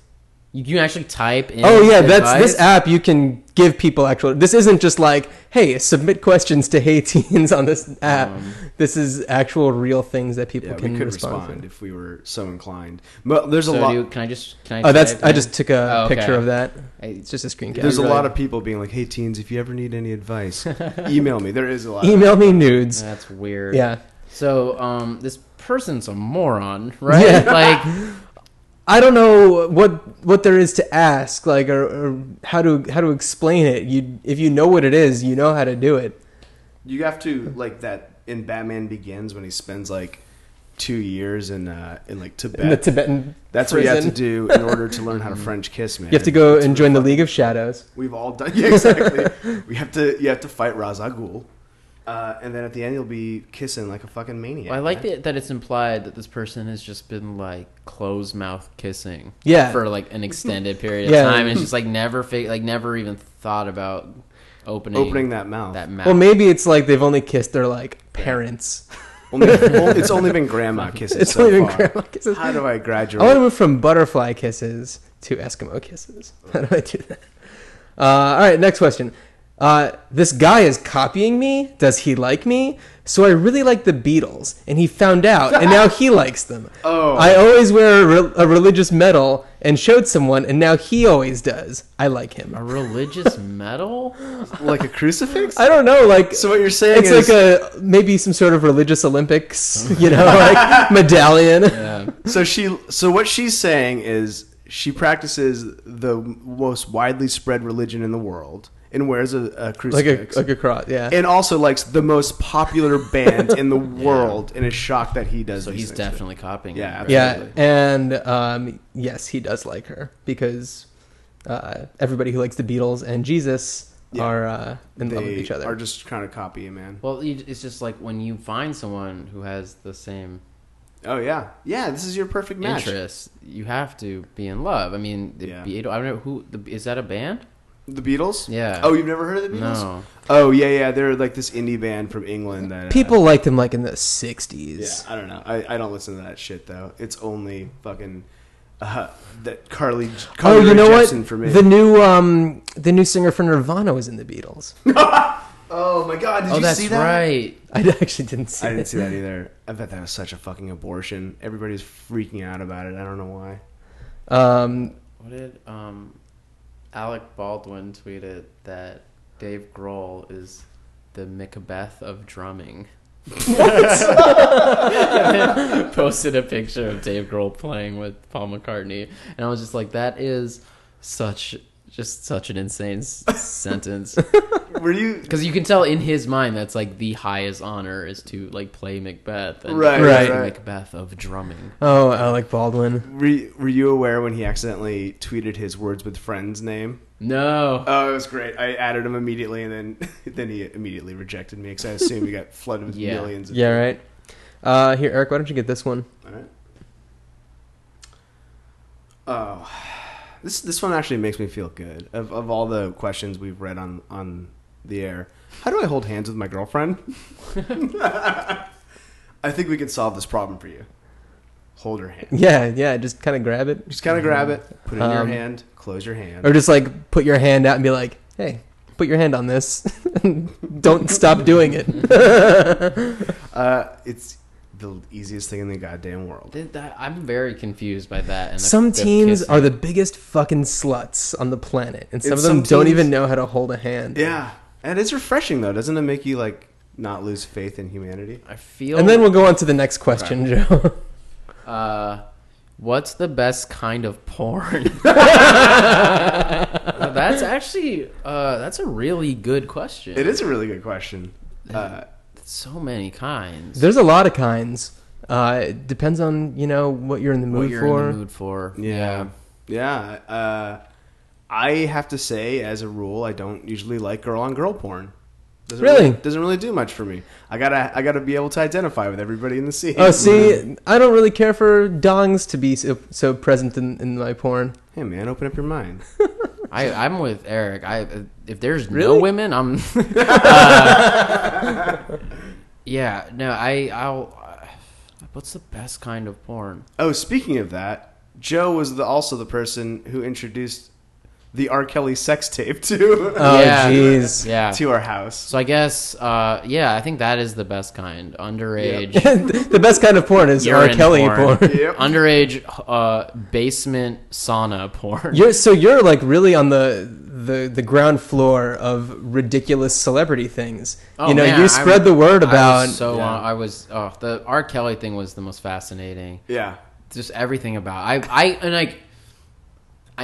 You can actually type in. Oh yeah, that's advice. this app. You can give people actual. This isn't just like, hey, submit questions to Hey Teens on this app. Um, this is actual real things that people Um, Yeah, we can could respond. respond if we were so inclined. But there's a So lot. do, can I just? Can I to. Oh, that's. type I in? just took a Oh, okay. picture of that. I- It's just a screen cap. there's a really- lot of people being like, "Hey teens, if you ever need *laughs* any advice, email me." There is a lot. of- Email me nudes. That's weird. Yeah, So, um, this person's *laughs* a moron, right? Yeah. Like, I don't know what what there is to ask, like, or, or how to how to explain it. You if you know what it is, you know how to do it. You have to like that in Batman Begins when he spends like two years in uh, in like Tibet. In the Tibetan, That's what you have to prison. do in order to learn how Mm-hmm. to French kiss, man. you have to go It's and join the League of Shadows. We've all done *laughs* yeah, exactly. *laughs* we have to you have to fight Razagul, uh, and then at the end you'll be kissing like a fucking maniac. I like man. that, that it's implied that this person has just been like closed mouth kissing, Yeah. for like an extended *laughs* period of Yeah. time, and it's just like never, fi- like never even thought about opening opening that mouth. that mouth. Well, maybe it's like they've only kissed their like parents. Only, *laughs* only- it's only been grandma kisses. It's so only been far. grandma kisses. How do I graduate? I want to move from butterfly kisses to Eskimo kisses. *laughs* How do I do that? Uh, all right, next question. Uh, this guy is copying me. Does he like me? So I really like the Beatles, and he found out, and now he likes them. *laughs* Oh. I always wear a, re- a religious medal and showed someone, and now he always does. I like him. a *laughs* religious medal? like a crucifix. I don't know, like So what you're saying it's is- like a maybe some sort of religious Olympics, *laughs* you *laughs* know, like medallion. Yeah. so she so what she's saying is she practices the most widely spread religion in the world and wears a, *laughs* a like a crucifix like a cross. Yeah. and also likes the most popular band in *laughs* the world and is shocked that he does So these he's things. definitely copying. Yeah, it, right? yeah, absolutely. and um, yes, he does like her because uh, everybody who likes the Beatles and Jesus Yeah. are uh, in love with They each other. are just kind of copying man Well, you- it's just like when you find someone who has the same oh yeah yeah this is your perfect match interests, you have to be in love. I mean, the Yeah. Beatles. I don't know who the, is that a band? the beatles Yeah. oh you've never heard of the beatles No. oh yeah yeah they're like this indie band from england that uh, People liked him like in the Yeah, '60s. I don't know. I, I don't listen to that shit though. It's only fucking uh, that Carly. Carly Oh, you Rae know Jepsen what? For me. The new um, the new singer for Nirvana was in the *laughs* Beatles. oh my god! Did oh, you that's see that? right. I actually didn't see I didn't it. see that either. I bet that was such a fucking abortion. Everybody's freaking out about it. I don't know why. Um, What did um, Alec Baldwin tweeted that Dave Grohl is the Macbeth of drumming. and then *laughs* posted a picture of Dave Grohl playing with Paul McCartney, and I was just like, that is such just such an insane s- sentence Were you because you can tell in his mind that's like the highest honor is to like play Macbeth and Right, Right. the right. Macbeth of drumming. oh, Alec Baldwin. were, you- were you aware when he accidentally tweeted his words with friends name? No, Oh, it was great. I added him immediately, and then *laughs* then he immediately rejected me because I assume he got flooded with Yeah. millions. Of Yeah, right. Uh, here, Eric, why don't you get this one? *laughs* All right. Oh, this this one actually makes me feel good. Of of all the questions we've read on on the air, how do I hold hands with my girlfriend? *laughs* I think we can solve this problem for you. Hold her hand. Yeah, yeah. Just kind of grab it, Just kind of grab it, put it in your Um, hand, close your hand. or just like put your hand out and be like, "Hey, put your hand on this. *laughs* Don't stop doing *laughs* it." Uh, it's the easiest thing in the goddamn world. Did that- I'm very confused by that. And *laughs* the- Some the teens kissing. are the biggest fucking sluts on the planet, and some It's of them some don't teens- even know how to hold a hand. Yeah, and it's refreshing though. Doesn't it make you like not lose faith in humanity? I feel. And then we'll go on to the next question, Joe. *laughs* Uh, what's the best kind *laughs* of porn? that's actually uh, that's a really good question. It is a really good question. Uh, So many kinds. There's a lot of kinds. Uh, it depends on you know what you're in the what mood you're for. in the mood for. Yeah. Yeah. Uh, I have to say, as a rule, I don't usually like girl on girl porn. Doesn't Really? Doesn't really do much for me. I gotta I gotta be able to identify with everybody in the scene. Oh, see, I don't really care for dongs to be so, so present in, in my porn. *laughs* *laughs* Hey man, open up your mind. *laughs* I, I'm with Eric. I if there's no Really? *laughs* women, I'm. Uh, yeah, no, I I'll. What's the uh, best kind of porn? Oh, speaking of that, Joe was the, also the person who introduced the R. Kelly sex tape to *laughs* Oh, Yeah. jeez. Yeah. to our house. So I guess, uh, yeah, I think that is the best kind. *laughs* Underage, the best kind of porn is R. urine Kelly porn. Yep. underage, uh, basement sauna porn. You're so you're like really on the the the ground floor of ridiculous celebrity things. Oh, you know, man, I you spread was- the word I about. was so Yeah. on- I was oh the R. Kelly thing was the most fascinating. Yeah. Just everything about I I and like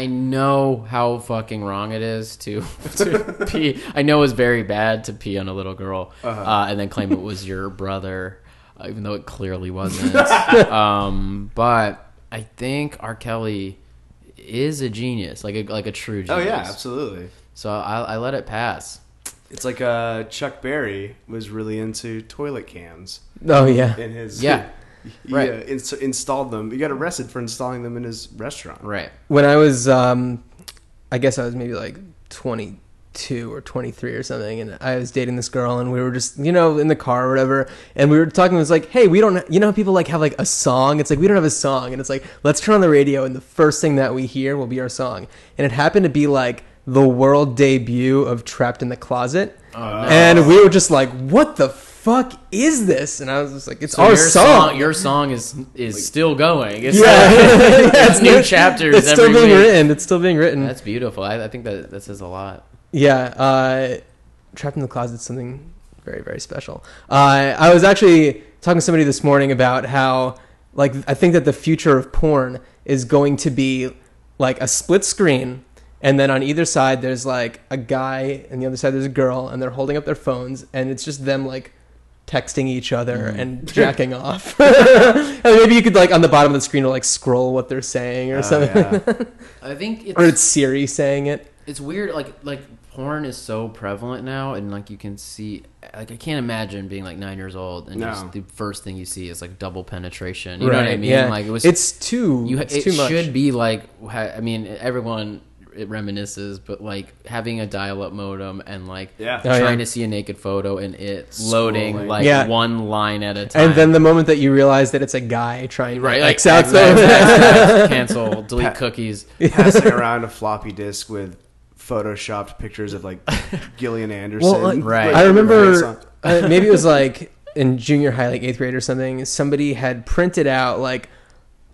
I know how fucking wrong it is to *laughs* to pee. I know it's very bad to pee on a little girl uh Uh-huh. and then claim it was your brother, uh, even though it clearly *laughs* wasn't. um, but I think R. Kelly is a genius, like a like a true Oh genius. yeah, absolutely. So I, I let it pass. It's like uh, Chuck Berry was really into toilet cans oh yeah, in his Yeah. *laughs* He, Right. uh, ins- installed them. He got arrested for installing them in his restaurant. Right. when I was, um, I guess I was maybe like twenty two or 23 or something and i was dating this girl and we were just you know in the car or whatever and we were talking it was like hey we don't you know how people like have like a song it's like we don't have a song and it's like let's turn on the radio and the first thing that we hear will be our song and it happened to be like the world debut of trapped in the closet Uh, and we were just like, "What the fuck is this?" And I was just like, "It's So our your song." Your Oh, song is is still going. It's yeah, *laughs* it's new chapters *laughs* It's still every being week. written. It's still being written. That's beautiful. I, I think that that says a lot. yeah, uh, trapped in the closet is something very very special. Uh, I was actually talking to somebody this morning about how, like, I think that the future of porn is going to be like a split screen. And then on either side, there's like a guy, and the other side, there's a girl, and they're holding up their phones, and it's just them like texting each other and jacking off. *laughs* and maybe you could like on the bottom of the screen or like scroll what they're saying or Uh, something. yeah. I think *laughs* it's Or it's Siri saying it. it's weird. Like like porn is so prevalent now, and like you can see. Like I can't imagine being like nine years old and No. just the first thing you see is like double penetration. You know what I Right, mean? yeah. Like it was. it's too. you. ha- it's it too much. should be like. ha- I mean, everyone it reminisces, but like having a dial-up modem and like Yeah. *laughs* Oh, yeah. trying to see a naked photo and it loading Scrolling. like Yeah. one line at a time. and then the moment that you realize that it's a guy trying right to like X out X, some- X, *laughs* X, *laughs* X, cancel delete cookies Passing around a floppy disk with photoshopped pictures of like Gillian Anderson. Well, like, Right. I Right, remember so- uh, *laughs* maybe it was like in junior high, like eighth grade or something. Somebody had printed out like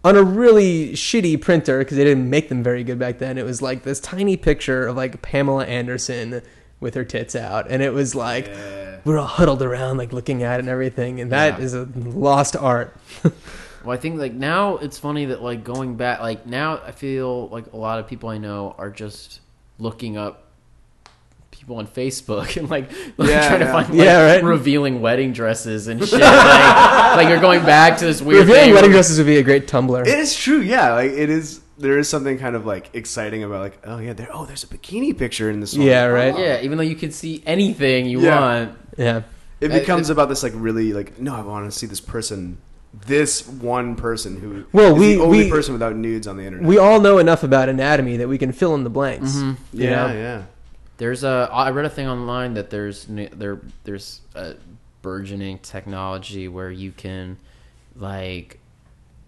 on a really shitty printer because they didn't make them very good back then. It was like this tiny picture of like Pamela Anderson with her tits out, and it was like. Yeah. We were all huddled around, like looking at it and everything, and that Yeah. is a lost art. well i think like now it's funny that like going back like now i feel like a lot of people i know are just looking up people on facebook *laughs* and like, like, Yeah, trying to yeah. find like, Yeah, right. revealing wedding dresses and shit like, like you're going back to this weird Revealing thing wedding where- dresses would be a great Tumblr. It is true, yeah. Like it is. There is something kind of like exciting about like, oh yeah, there. Oh, there's a bikini picture in this. One. Yeah, right. yeah even though you can see anything you Yeah. want yeah. It Uh, becomes about this like really like no, I want to see this person, this one person who Well, is we- the only we- person without nudes on the internet. We all know enough about anatomy that we can fill in the blanks. Mm-hmm. you yeah, know? yeah. There's a. I read a thing online that there's n- there there's a burgeoning technology where you can like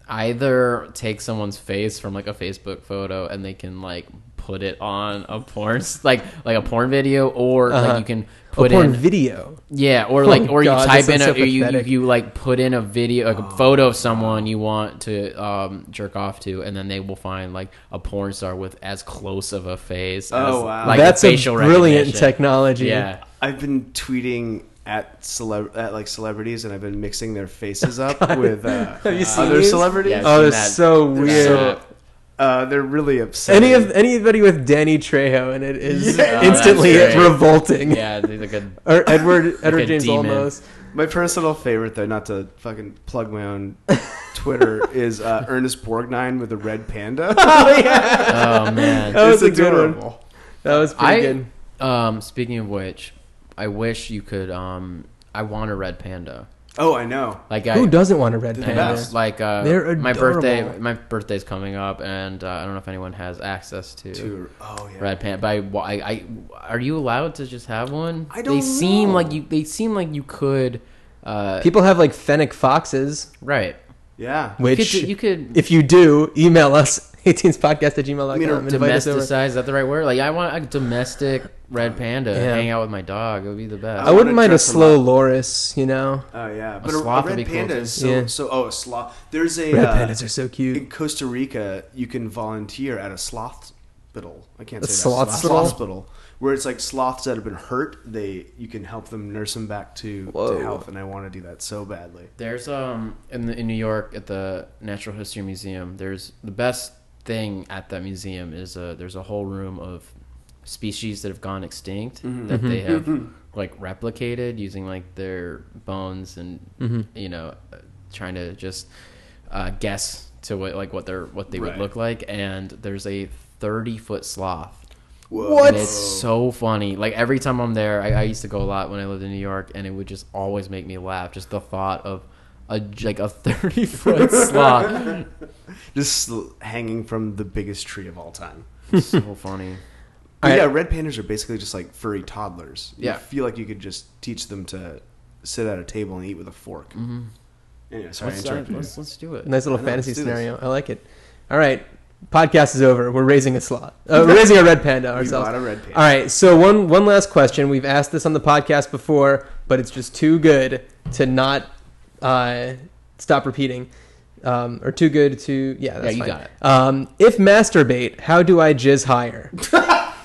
either take someone's face from like a Facebook photo and they can like put it on a porn *laughs* s- like like a porn video or Uh-huh. like you can A put porn in video. yeah or like *laughs* Oh, or God, that you type in sounds a, so or you, you pathetic. Oh. you like put in a video like a photo of someone you want to um jerk off to and then they will find like a porn star with as close of a face Oh, as, wow. like That's a facial brilliant recognition. technology. Yeah. I've been tweeting at celeb at like celebrities, and I've been mixing their faces *laughs* up with uh, Have you seen other these? celebrities. Yeah. Oh, seen that's that. so They're weird. so- Uh, they're really upset. Any of anybody with Danny Trejo in it is Yeah. Oh, instantly that's great. revolting. Yeah, they like a *laughs* Or Edward Edward a James demon. *laughs* Olmos. my personal favorite, though, not to fucking plug my *laughs* own Twitter, is uh, Ernest Borgnine with a red *laughs* panda. Oh yeah, oh man. That it's was a good one. adorable. that was pretty I good. um speaking of which, I wish you could um I want a red panda. Oh, I know. Like I Who doesn't want a red The panda? best. like uh They're my adorable. birthday my birthday's coming up and uh, I don't know if anyone has access to, To- oh yeah. red panda. But I, wa- I, I are you allowed to just have one? I don't They seem know. like you they seem like you could uh People have like fennec foxes. right. Yeah. You Which, could, you could if you do, email us *laughs* 18spodcast at gmail.com I mean, or and invite us over. domesticize. Is that the right word? Like I want a domestic red panda. Yeah. Hang out with my dog. It would be the best. I wouldn't wanna mind a dress 'em slow up. Loris, you know? Oh yeah, but a, sloth a would be red cool, panda too. is so Yeah. so. Oh, a sloth. There's a Red uh, pandas are so cute. *laughs* in Costa Rica. You can volunteer at a sloth hospital. I can't A say sloth that. hospital? hospital, where it's like sloths that have been hurt. They you can help them nurse them back to, to Whoa. health, and I want to do that so badly. There's um in the, in New York at the Natural History Museum. There's the best thing at that museum is uh there's a whole room of species that have gone extinct that they have like replicated using like their bones and you know uh, trying to just uh, guess to what like what they're what they Right. would look like. And there's a 30 foot sloth Whoa. What? and it's so funny. Like every time I'm there, I, I used to go a lot when I lived in New York, and it would just always make me laugh. Just the thought of a like a *laughs* *laughs* thirty foot sloth. Just sl- hanging from the biggest tree of all time. so funny. But I- yeah, red pandas are basically just like furry toddlers. Yeah. you feel like you could just teach them to sit at a table and eat with a fork. Mm-hmm. Anyway, sorry, I Let's, interrupted. you. uh, let's, let's do it. Nice little I know, fantasy let's do this. scenario. I like it. All right. Podcast is over. We're raising a sloth. *laughs* Uh, we're raising a red panda We ourselves. bought a red panda. All right. So one one last question. We've asked this on the podcast before, but it's just too good to not uh, stop repeating, um, or too good to yeah. That's you fine. got it. Um, if masturbate, how do I jizz higher?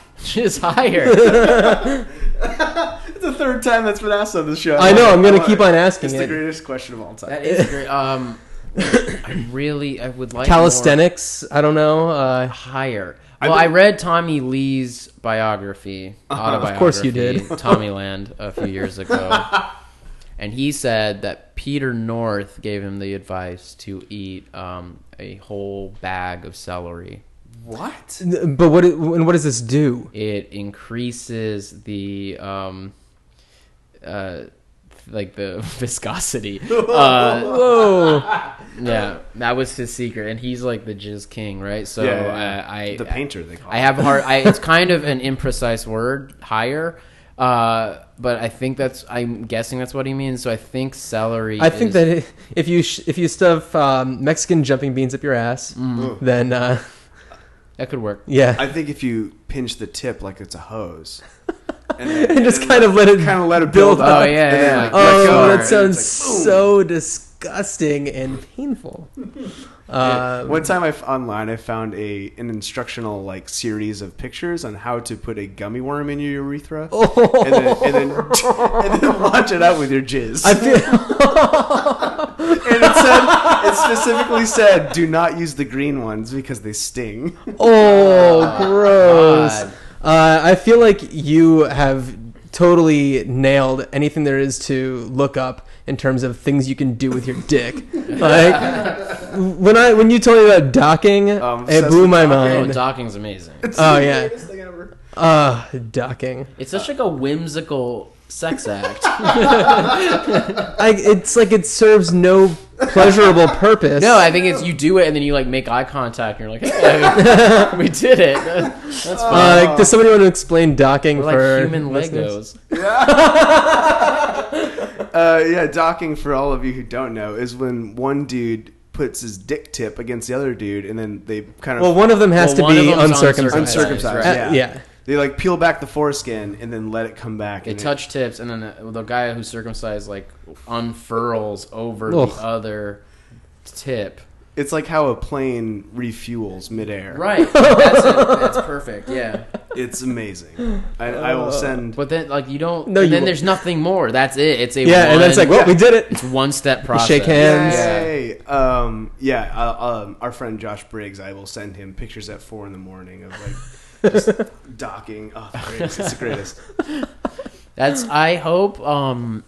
*laughs* *laughs* She's higher. It's the third time that's been asked on the show. I know, I'm gonna love keep it. on asking It's it. the greatest question of all time. that is great. Um, I really I would like more Calisthenics. I don't know. Uh, higher. I've Well, I been- read Tommy Lee's biography, autobiography. Of course you did. Tommyland a few years ago. and he said that Peter North gave him the advice to eat um, a whole bag of celery. what? but what and what does this do? It increases the um, uh, like the *laughs* viscosity. Uh, Whoa. yeah, that was his secret, and he's like the jizz king, right? So Yeah, yeah, yeah. Uh, I the painter they call. I it. have a hard. I, it's kind of an imprecise word, higher. Uh, but I think that's. I'm guessing that's what he means. So I think celery. I think is- that i- if you sh- if you stuff um, Mexican jumping beans up your ass, Mm. then uh, that could work. yeah. I think if you pinch the tip like it's *laughs* a hose, And *laughs* just kind of let it kind of let it build build, up. up. Oh, yeah, and then, yeah, like, yeah. let Oh, go, and that it's sounds like, boom. so disgusting and *laughs* painful. Uh, One time, I f- online I found a an instructional like series of pictures on how to put a gummy worm in your *laughs* urethra, Oh. and then and then, *laughs* and then watch it out with your jizz. I *laughs* feel and it said it specifically said, "Do not use the green ones because they sting." Ah, oh gross. God. Uh, I feel like you have totally nailed anything there is to look up in terms of things you can do with your *laughs* dick. like when I when you told me about docking, Um, it blew my docking. Oh, mind. docking's amazing. *laughs* Oh, yeah. Greatest thing ever. Ah, docking. It's such like a whimsical *laughs* sex act. I, it's like it serves no *laughs* pleasurable purpose. no, I think it's you do it and then you like make eye contact and you're *laughs* like, hey, we did it. *laughs* That's fine. Uh, does somebody want to explain docking We're for like human listeners? Legos. Uh, yeah, docking for all of you who don't know is when one dude puts his dick tip against the other dude, and then they kind of Well, one of them has Well, one to of be them's uncircumcised. uncircumcised, uncircumcised. right. Yeah. Uh, yeah. they like peel back the foreskin and then let it come back. They and touch tips and then the, the guy who's circumcised like unfurls over Ugh. the other *laughs* tip. it- it's like how a plane refuels midair. Right. That's it. That's perfect. Yeah. It's *gasps* amazing. I, I will send. Uh, But then, like, you don't. No, and you then won't. there's nothing more. That's it. It's a Yeah, One, and then it's like, well, we did it. it's one step process. shake hands. Yay. Um, yeah. Uh, um, our friend Josh Briggs. I will send him pictures at four in the morning of like *laughs* just docking. Oh, the greatest. It's the greatest. That's. I hope. Um,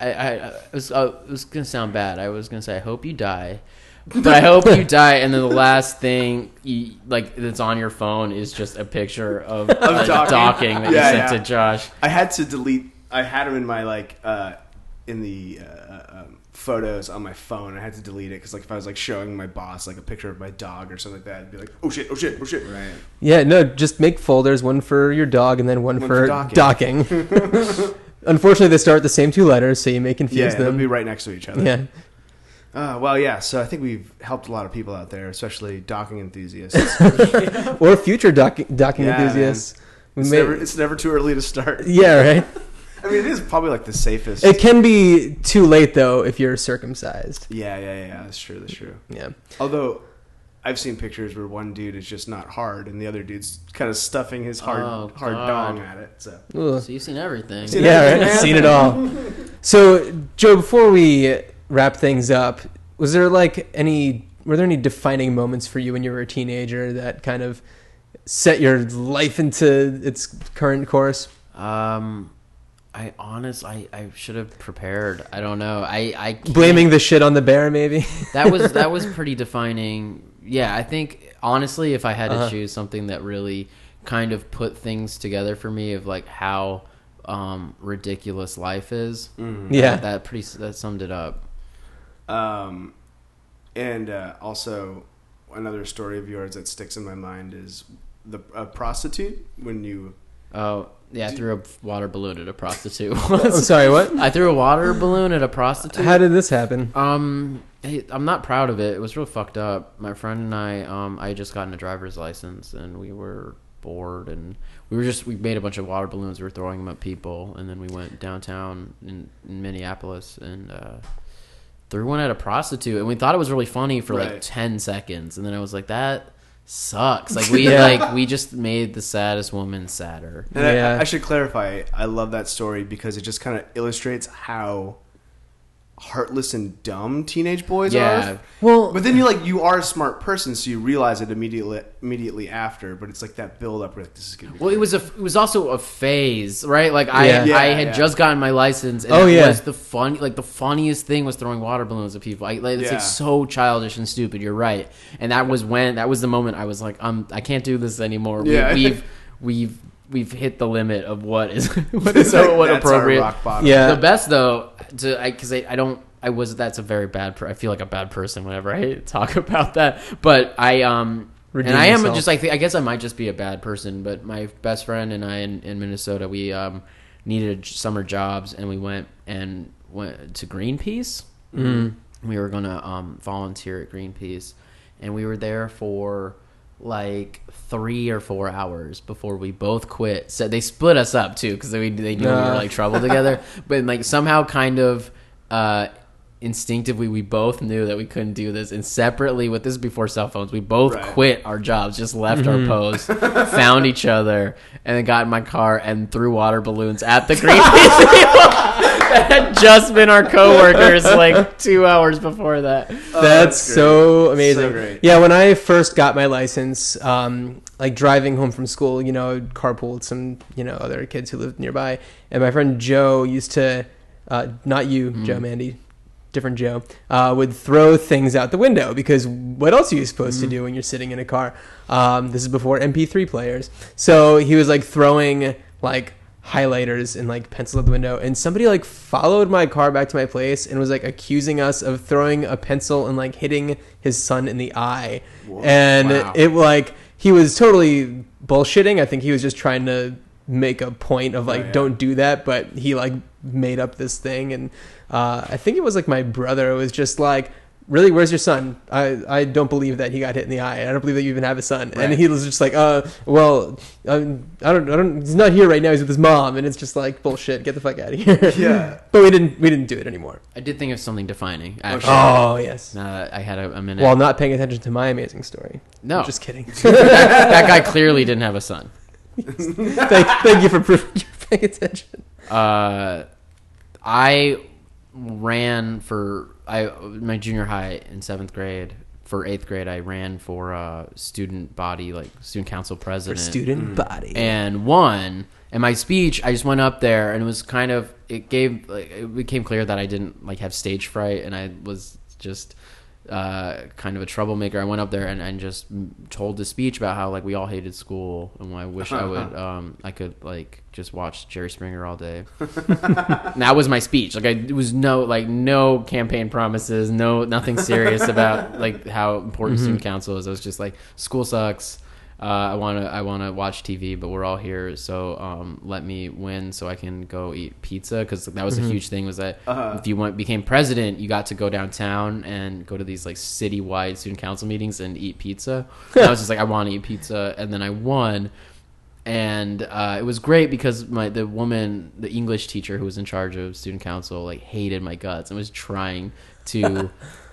I I, I it was uh, it was gonna sound bad. I was gonna say I hope you die, but I hope *laughs* you die. And then the last thing you like that's on your phone is just a picture *laughs* of, uh, docking. docking that Yeah, you sent yeah. to Josh. I had to delete. I had him in my like uh, in the uh, um, photos on my phone. I had to delete it because like if I was like showing my boss like a picture of my dog or something like that, I'd be like, oh shit, oh shit, oh shit. Right. Yeah, no, just make folders, one for your dog and then one, One for, for docking. *laughs* Unfortunately, they start with the same two letters, so you may Yeah, confuse they'll them. be right next to each other. *laughs* yeah. Uh, well, yeah. So I think we've helped a lot of people out there, especially docking *laughs* enthusiasts. or future doc- docking Yeah, man. enthusiasts. We It's, may- never, it's never too early to start. yeah, right. I mean, it is probably like the safest. It can be too late though if you're circumcised. yeah, yeah, yeah, yeah. That's true. That's true. Yeah. Although, I've seen pictures where one dude is just not hard, and the other dude's kind of stuffing his hard Oh, hard God. dong at it. So Ugh. So you've seen everything. Seen Yeah, everything, right. man. Seen it all. So, Joe, before we wrap things up, was there like any were there any defining moments for you when you were a teenager that kind of set your life into its current course? Um, I honest, I, I should have prepared. I don't know. I I can't- Blaming the shit on the bear, maybe. that was that was pretty defining. Yeah, I think honestly, if I had to Uh-huh. choose something that really kind of put things together for me of like how um ridiculous life is. Yeah. that, that pretty that summed it up. Um, and uh, also, another story of yours that sticks in my mind is the a prostitute when you. Oh yeah, I threw a water balloon at a prostitute. I'm sorry. What? I threw a water balloon at a prostitute. How did this happen? Um, hey, I'm not proud of it. It was real fucked up. My friend and I, um, I had just gotten a driver's license, and we were bored, and we were just we made a bunch of water balloons. We were throwing them at people, and then we went downtown in, in Minneapolis and uh, threw one at a prostitute, and we thought it was really funny for like Right. ten seconds, and then I was like, that sucks. Like we Yeah. like we just made the saddest woman sadder. And I- Yeah. I, should clarify. I love that story because it just kind of illustrates how heartless and dumb teenage boys Yeah. are. Well, But then you like you are a smart person, so you realize it immediately immediately after. But it's like that build up. Where like this is gonna be. Well, it was a it was also a phase, right? Like I Yeah. I Yeah, had yeah. just gotten my license. And Oh, it yeah. was the fun like the funniest thing was throwing water balloons at people. I, like, it's Yeah. like so childish and stupid. You're right, and that was when that was the moment I was like, um, I can't do this anymore. We, Yeah. we've we've we've hit the limit of what is *laughs* *laughs* what is so what That's our appropriate. rock bottom. yeah. The best though, to I because I, I don't I was that's a very bad. Per- I feel like a bad person whenever I *laughs* talk about that. But I um Redeem and I am yourself. just like I guess I might just be a bad person. But my best friend and I in, in Minnesota we um needed summer jobs and we went and went to Greenpeace. Mm-hmm. Mm. We were gonna um volunteer at Greenpeace, and we were there for like three or four hours before we both quit. So they split us up too because they they knew we were Nah. like trouble together. But like somehow, kind of uh, instinctively, we both knew that we couldn't do this. And separately, with this is before cell phones, we both Right. quit our jobs, just left Mm-hmm. our posts, found each other, and then got in my car and threw water balloons at the green people *laughs* that had just been our coworkers like two hours before that. that's Oh, that's great. so amazing. So great. Yeah, when I first got my license, um, like driving home from school, you know, I'd carpool with some, you know, other kids who lived nearby, and my friend Joe used to, uh, not you, Joe Mandy, different Joe, uh, would throw things out the window because what else are you supposed to do when you're sitting in a car? Um, this is before MP3 players, so he was like throwing like highlighters and like pencils out the window and somebody like followed my car back to my place and was like accusing us of throwing a pencil and like hitting his son in the eye and Wow. it like he was totally bullshitting i think he was just trying to make a point of like Oh, yeah. don't do that but he like made up this thing and uh, i think it was like my brother was just like really where's your son i i don't believe that he got hit in the eye i don't believe that you even have a son and Right. he was just like uh well I'm, i don't i don't he's not here right now he's with his mom and it's just like bullshit get the fuck out of here *laughs* Yeah. *laughs* but we didn't we didn't do it anymore I did think of something defining. Actually, oh yes now that I had a, a minute. while not paying attention to my amazing story no, *laughs* I'm just kidding that guy clearly didn't have a son. thank, thank you for proving you're paying attention. uh, I ran for I my junior high in seventh grade. For eighth grade, I ran for uh, student body, like student council president, Mm-hmm. Mm. Student body. and won. And my speech, I just went up there, and it was kind of it gave like, it became clear that I didn't like have stage fright, and I was just uh, kind of a troublemaker. I went up there and, and just m- told the speech about how like we all hated school, and I wish I would um, I could like just watch Jerry Springer all day. *laughs* And that was my speech. Like I it was no like no campaign promises, no nothing serious about like how important student council is. I was just like school sucks. uh, I wanna I wanna watch TV, but we're all here, so um, let me win so I can go eat pizza because that was a huge thing was that if you went became president, you got to go downtown and go to these like citywide student council meetings and eat pizza. And I was just like I want to eat pizza, and then I won and uh, it was great because my the woman, the English teacher who was in charge of student council, like hated my guts and was trying *laughs* to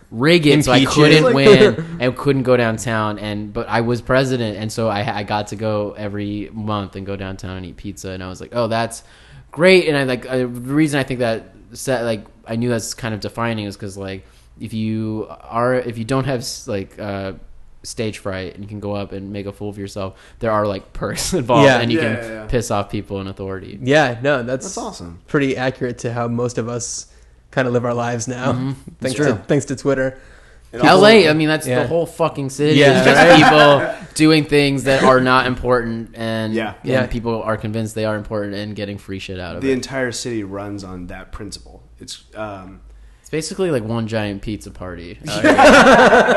rig it so I Impeach it. couldn't Like- *laughs* win and couldn't go downtown. And but I was president, and so I I got to go every month and go downtown and eat pizza. And I was like, oh, that's great. And I like uh, the reason I think that set like I knew that's kind of defining is because like if you are if you don't have s- like. uh stage fright and you can go up and make a fool of yourself there are like perks *laughs* involved Yeah. and you Yeah, can yeah, yeah. piss off people in authority Yeah, no, that's That's awesome. Pretty accurate to how most of us kind of live our lives now. *laughs* Thanks true. to thanks to Twitter. And also- LA, I mean, that's Yeah. the whole fucking city. Yeah, Yeah, *laughs* people doing things that are not important, and Yeah. and Yeah. people are convinced they are important and getting free shit out of the it. entire city runs on that principle. It's *gasps* um, It's basically like one giant pizza party. Uh,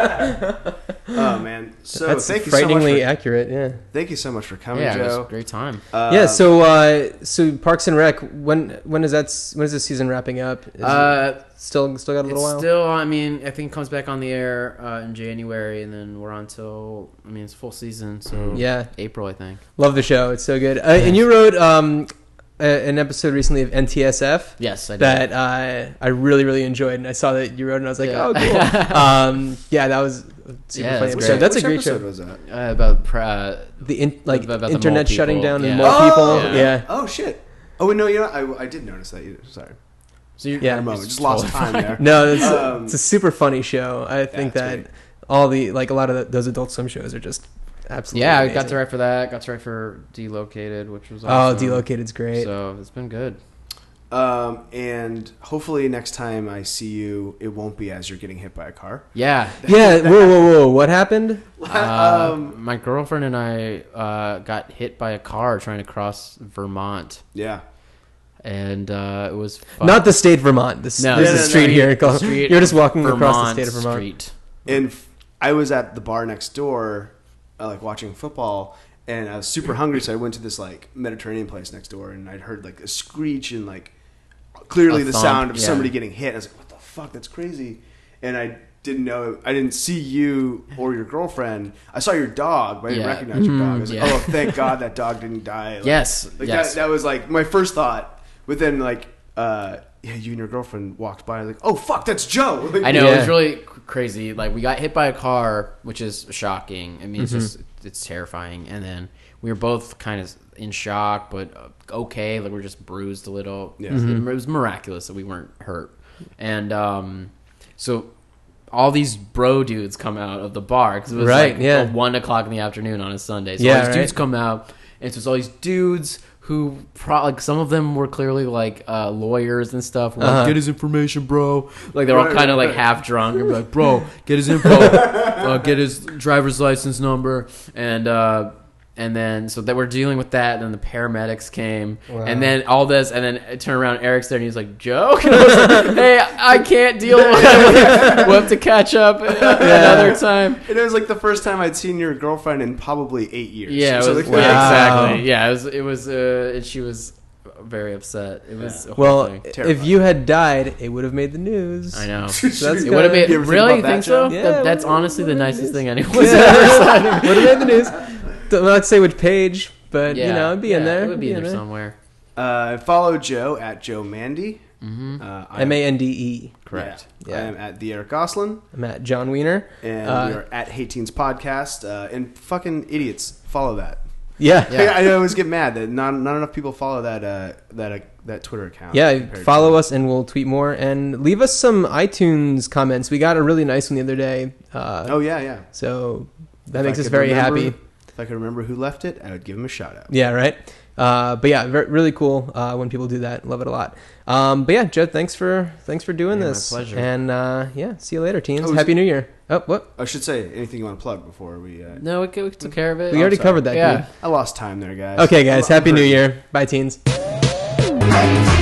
oh man. So that's thank you so much. frighteningly For, accurate. Yeah. thank you so much for coming, yeah, it was a Joe. great time. Uh, yeah. So uh, so Parks and Rec. When when is that? s- When is this season wrapping up? Is it Uh, still still got a It's little while. still, I mean, I think it comes back on the air uh, in January, and then we're on till, I mean, it's full season, so yeah. Mm. April, I think. Love the show. It's so good. Uh, and you wrote um, a, an episode recently of NTSF. Yes, I did. that uh, I really really enjoyed, and I saw that you wrote, and I was like, Yeah. oh, *laughs* cool. um, yeah, that was a super Yeah, funny. that's Episode. which- great. That's a which great episode show. Was that? *laughs* uh, about pr- uh, The in, like About the mole internet shutting people, down yeah. and more Oh, people. yeah. Yeah. Oh shit. Oh wait, no, you know I, I did notice that. You sorry. so you're, Yeah. I moment. Just lost time there. *laughs* No, it's, Um, it's a super funny show. I think it's that great. all the like a lot of the, those Adult Swim shows are just absolutely. *laughs* Yeah, I amazing. got to write for that. Got to write for Delocated, which was Oh, awesome. Delocated's great. So it's been good. Um, and hopefully next time I see you, it won't be as you're getting hit by a car. *laughs* Yeah. yeah. Whoa, whoa, whoa! What happened? Uh, um, my girlfriend and I uh, got hit by a car trying to cross Vermont, yeah. and uh, it was fun. Not the state Vermont. This, No, there's no, a no, no, street *laughs* you- here called. street- you're just walking across the state of Vermont. Street. And f- I was at the bar next door, uh, like watching football, and I was super hungry, so I went to this like Mediterranean place next door, and I'd heard like a screech and like clearly A the thump, sound of yeah. somebody getting hit. I was like, "What the fuck? That's crazy!" And I didn't know, I didn't see you or your girlfriend. I saw your dog, but I didn't Yeah. Mm-hmm, recognize your dog. I was like, yeah. "Oh, *laughs* thank God that dog didn't die." Like, Yes, like yes. That, that was like my first thought. But then like. Uh, yeah, you and your girlfriend walked by. I was like, "Oh fuck, that's Joe." *laughs* Like, I know it Yeah. was really c- crazy. Like we got hit by a car, which is shocking. I mean, Mm-hmm. it's just it's terrifying. And then we were both kind of in shock, but uh, okay. Like we were just bruised a little. Yeah. Mm-hmm. It, was miraculous that we weren't hurt. And um, so all these bro dudes come out of the bar because it was Right, like yeah. a one o'clock in the afternoon on a Sunday. So Yeah, all these dudes right. come out, and so it's all these dudes who pro- like some of them were clearly like uh, lawyers and stuff. Were Uh-huh. like, Get his information, bro. Like they're all Right, kind of right, like right. half drunk and be like, bro, get *laughs* his info, uh, get his driver's license number, and. uh and then so that we're dealing with that, and then the paramedics came, and then all this, and then I turn around, Eric's there, and he's like, "Joe, *laughs* And I was like, hey, I can't deal with *laughs* it. We'll have to catch up another time." And it was like the first time I'd seen your girlfriend in probably eight years. Yeah, it So, like, was, yeah, Wow. *laughs* exactly. Yeah, it was. It was uh, and she was very upset. It was a whole Well, thing. if Terrifying. you had died, it would have made the news. *laughs* I know. that's It would have made You ever think really about that, think so. Joe? That- Yeah, that's what- honestly the what nicest is- thing would anyone's *laughs* ever said. have made the news. Don't not say which page, but you know, it'd be in yeah, there. It would be in there somewhere. somewhere. Uh, follow Joe at Joe Mandy. Mm-hmm. Uh, I am- M A N D E. Correct. Yeah. Yeah. I am at the Eric Goslin, I'm at John Wiener. and Uh, we are at Hey Teens Podcast. Uh, and fucking idiots, follow that. Yeah, yeah. Yeah. *laughs* I, I always get mad that not not enough people follow that uh, that uh, that Twitter account. compared to- follow us, and we'll tweet more. And leave us some iTunes comments. We got a really nice one the other day, uh, Oh yeah, yeah. so that If I makes us could very remember- happy. If I could remember who left it, I would give him a shout out. Yeah, right. Uh, but yeah, ver- really cool uh, when people do that. Love it a lot. Um, but yeah, Joe, thanks for thanks for doing Yeah, my this. pleasure. And uh, yeah, see you later, teens. Oh, is- Happy New Year. Oh, what? I should say anything you want to plug before we. Uh, No, we, c- we took care of it. We already covered that. Oh, Yeah. dude. I lost time there, guys. Okay, guys. I'm Happy New hurting. Year. Bye, teens. Ladies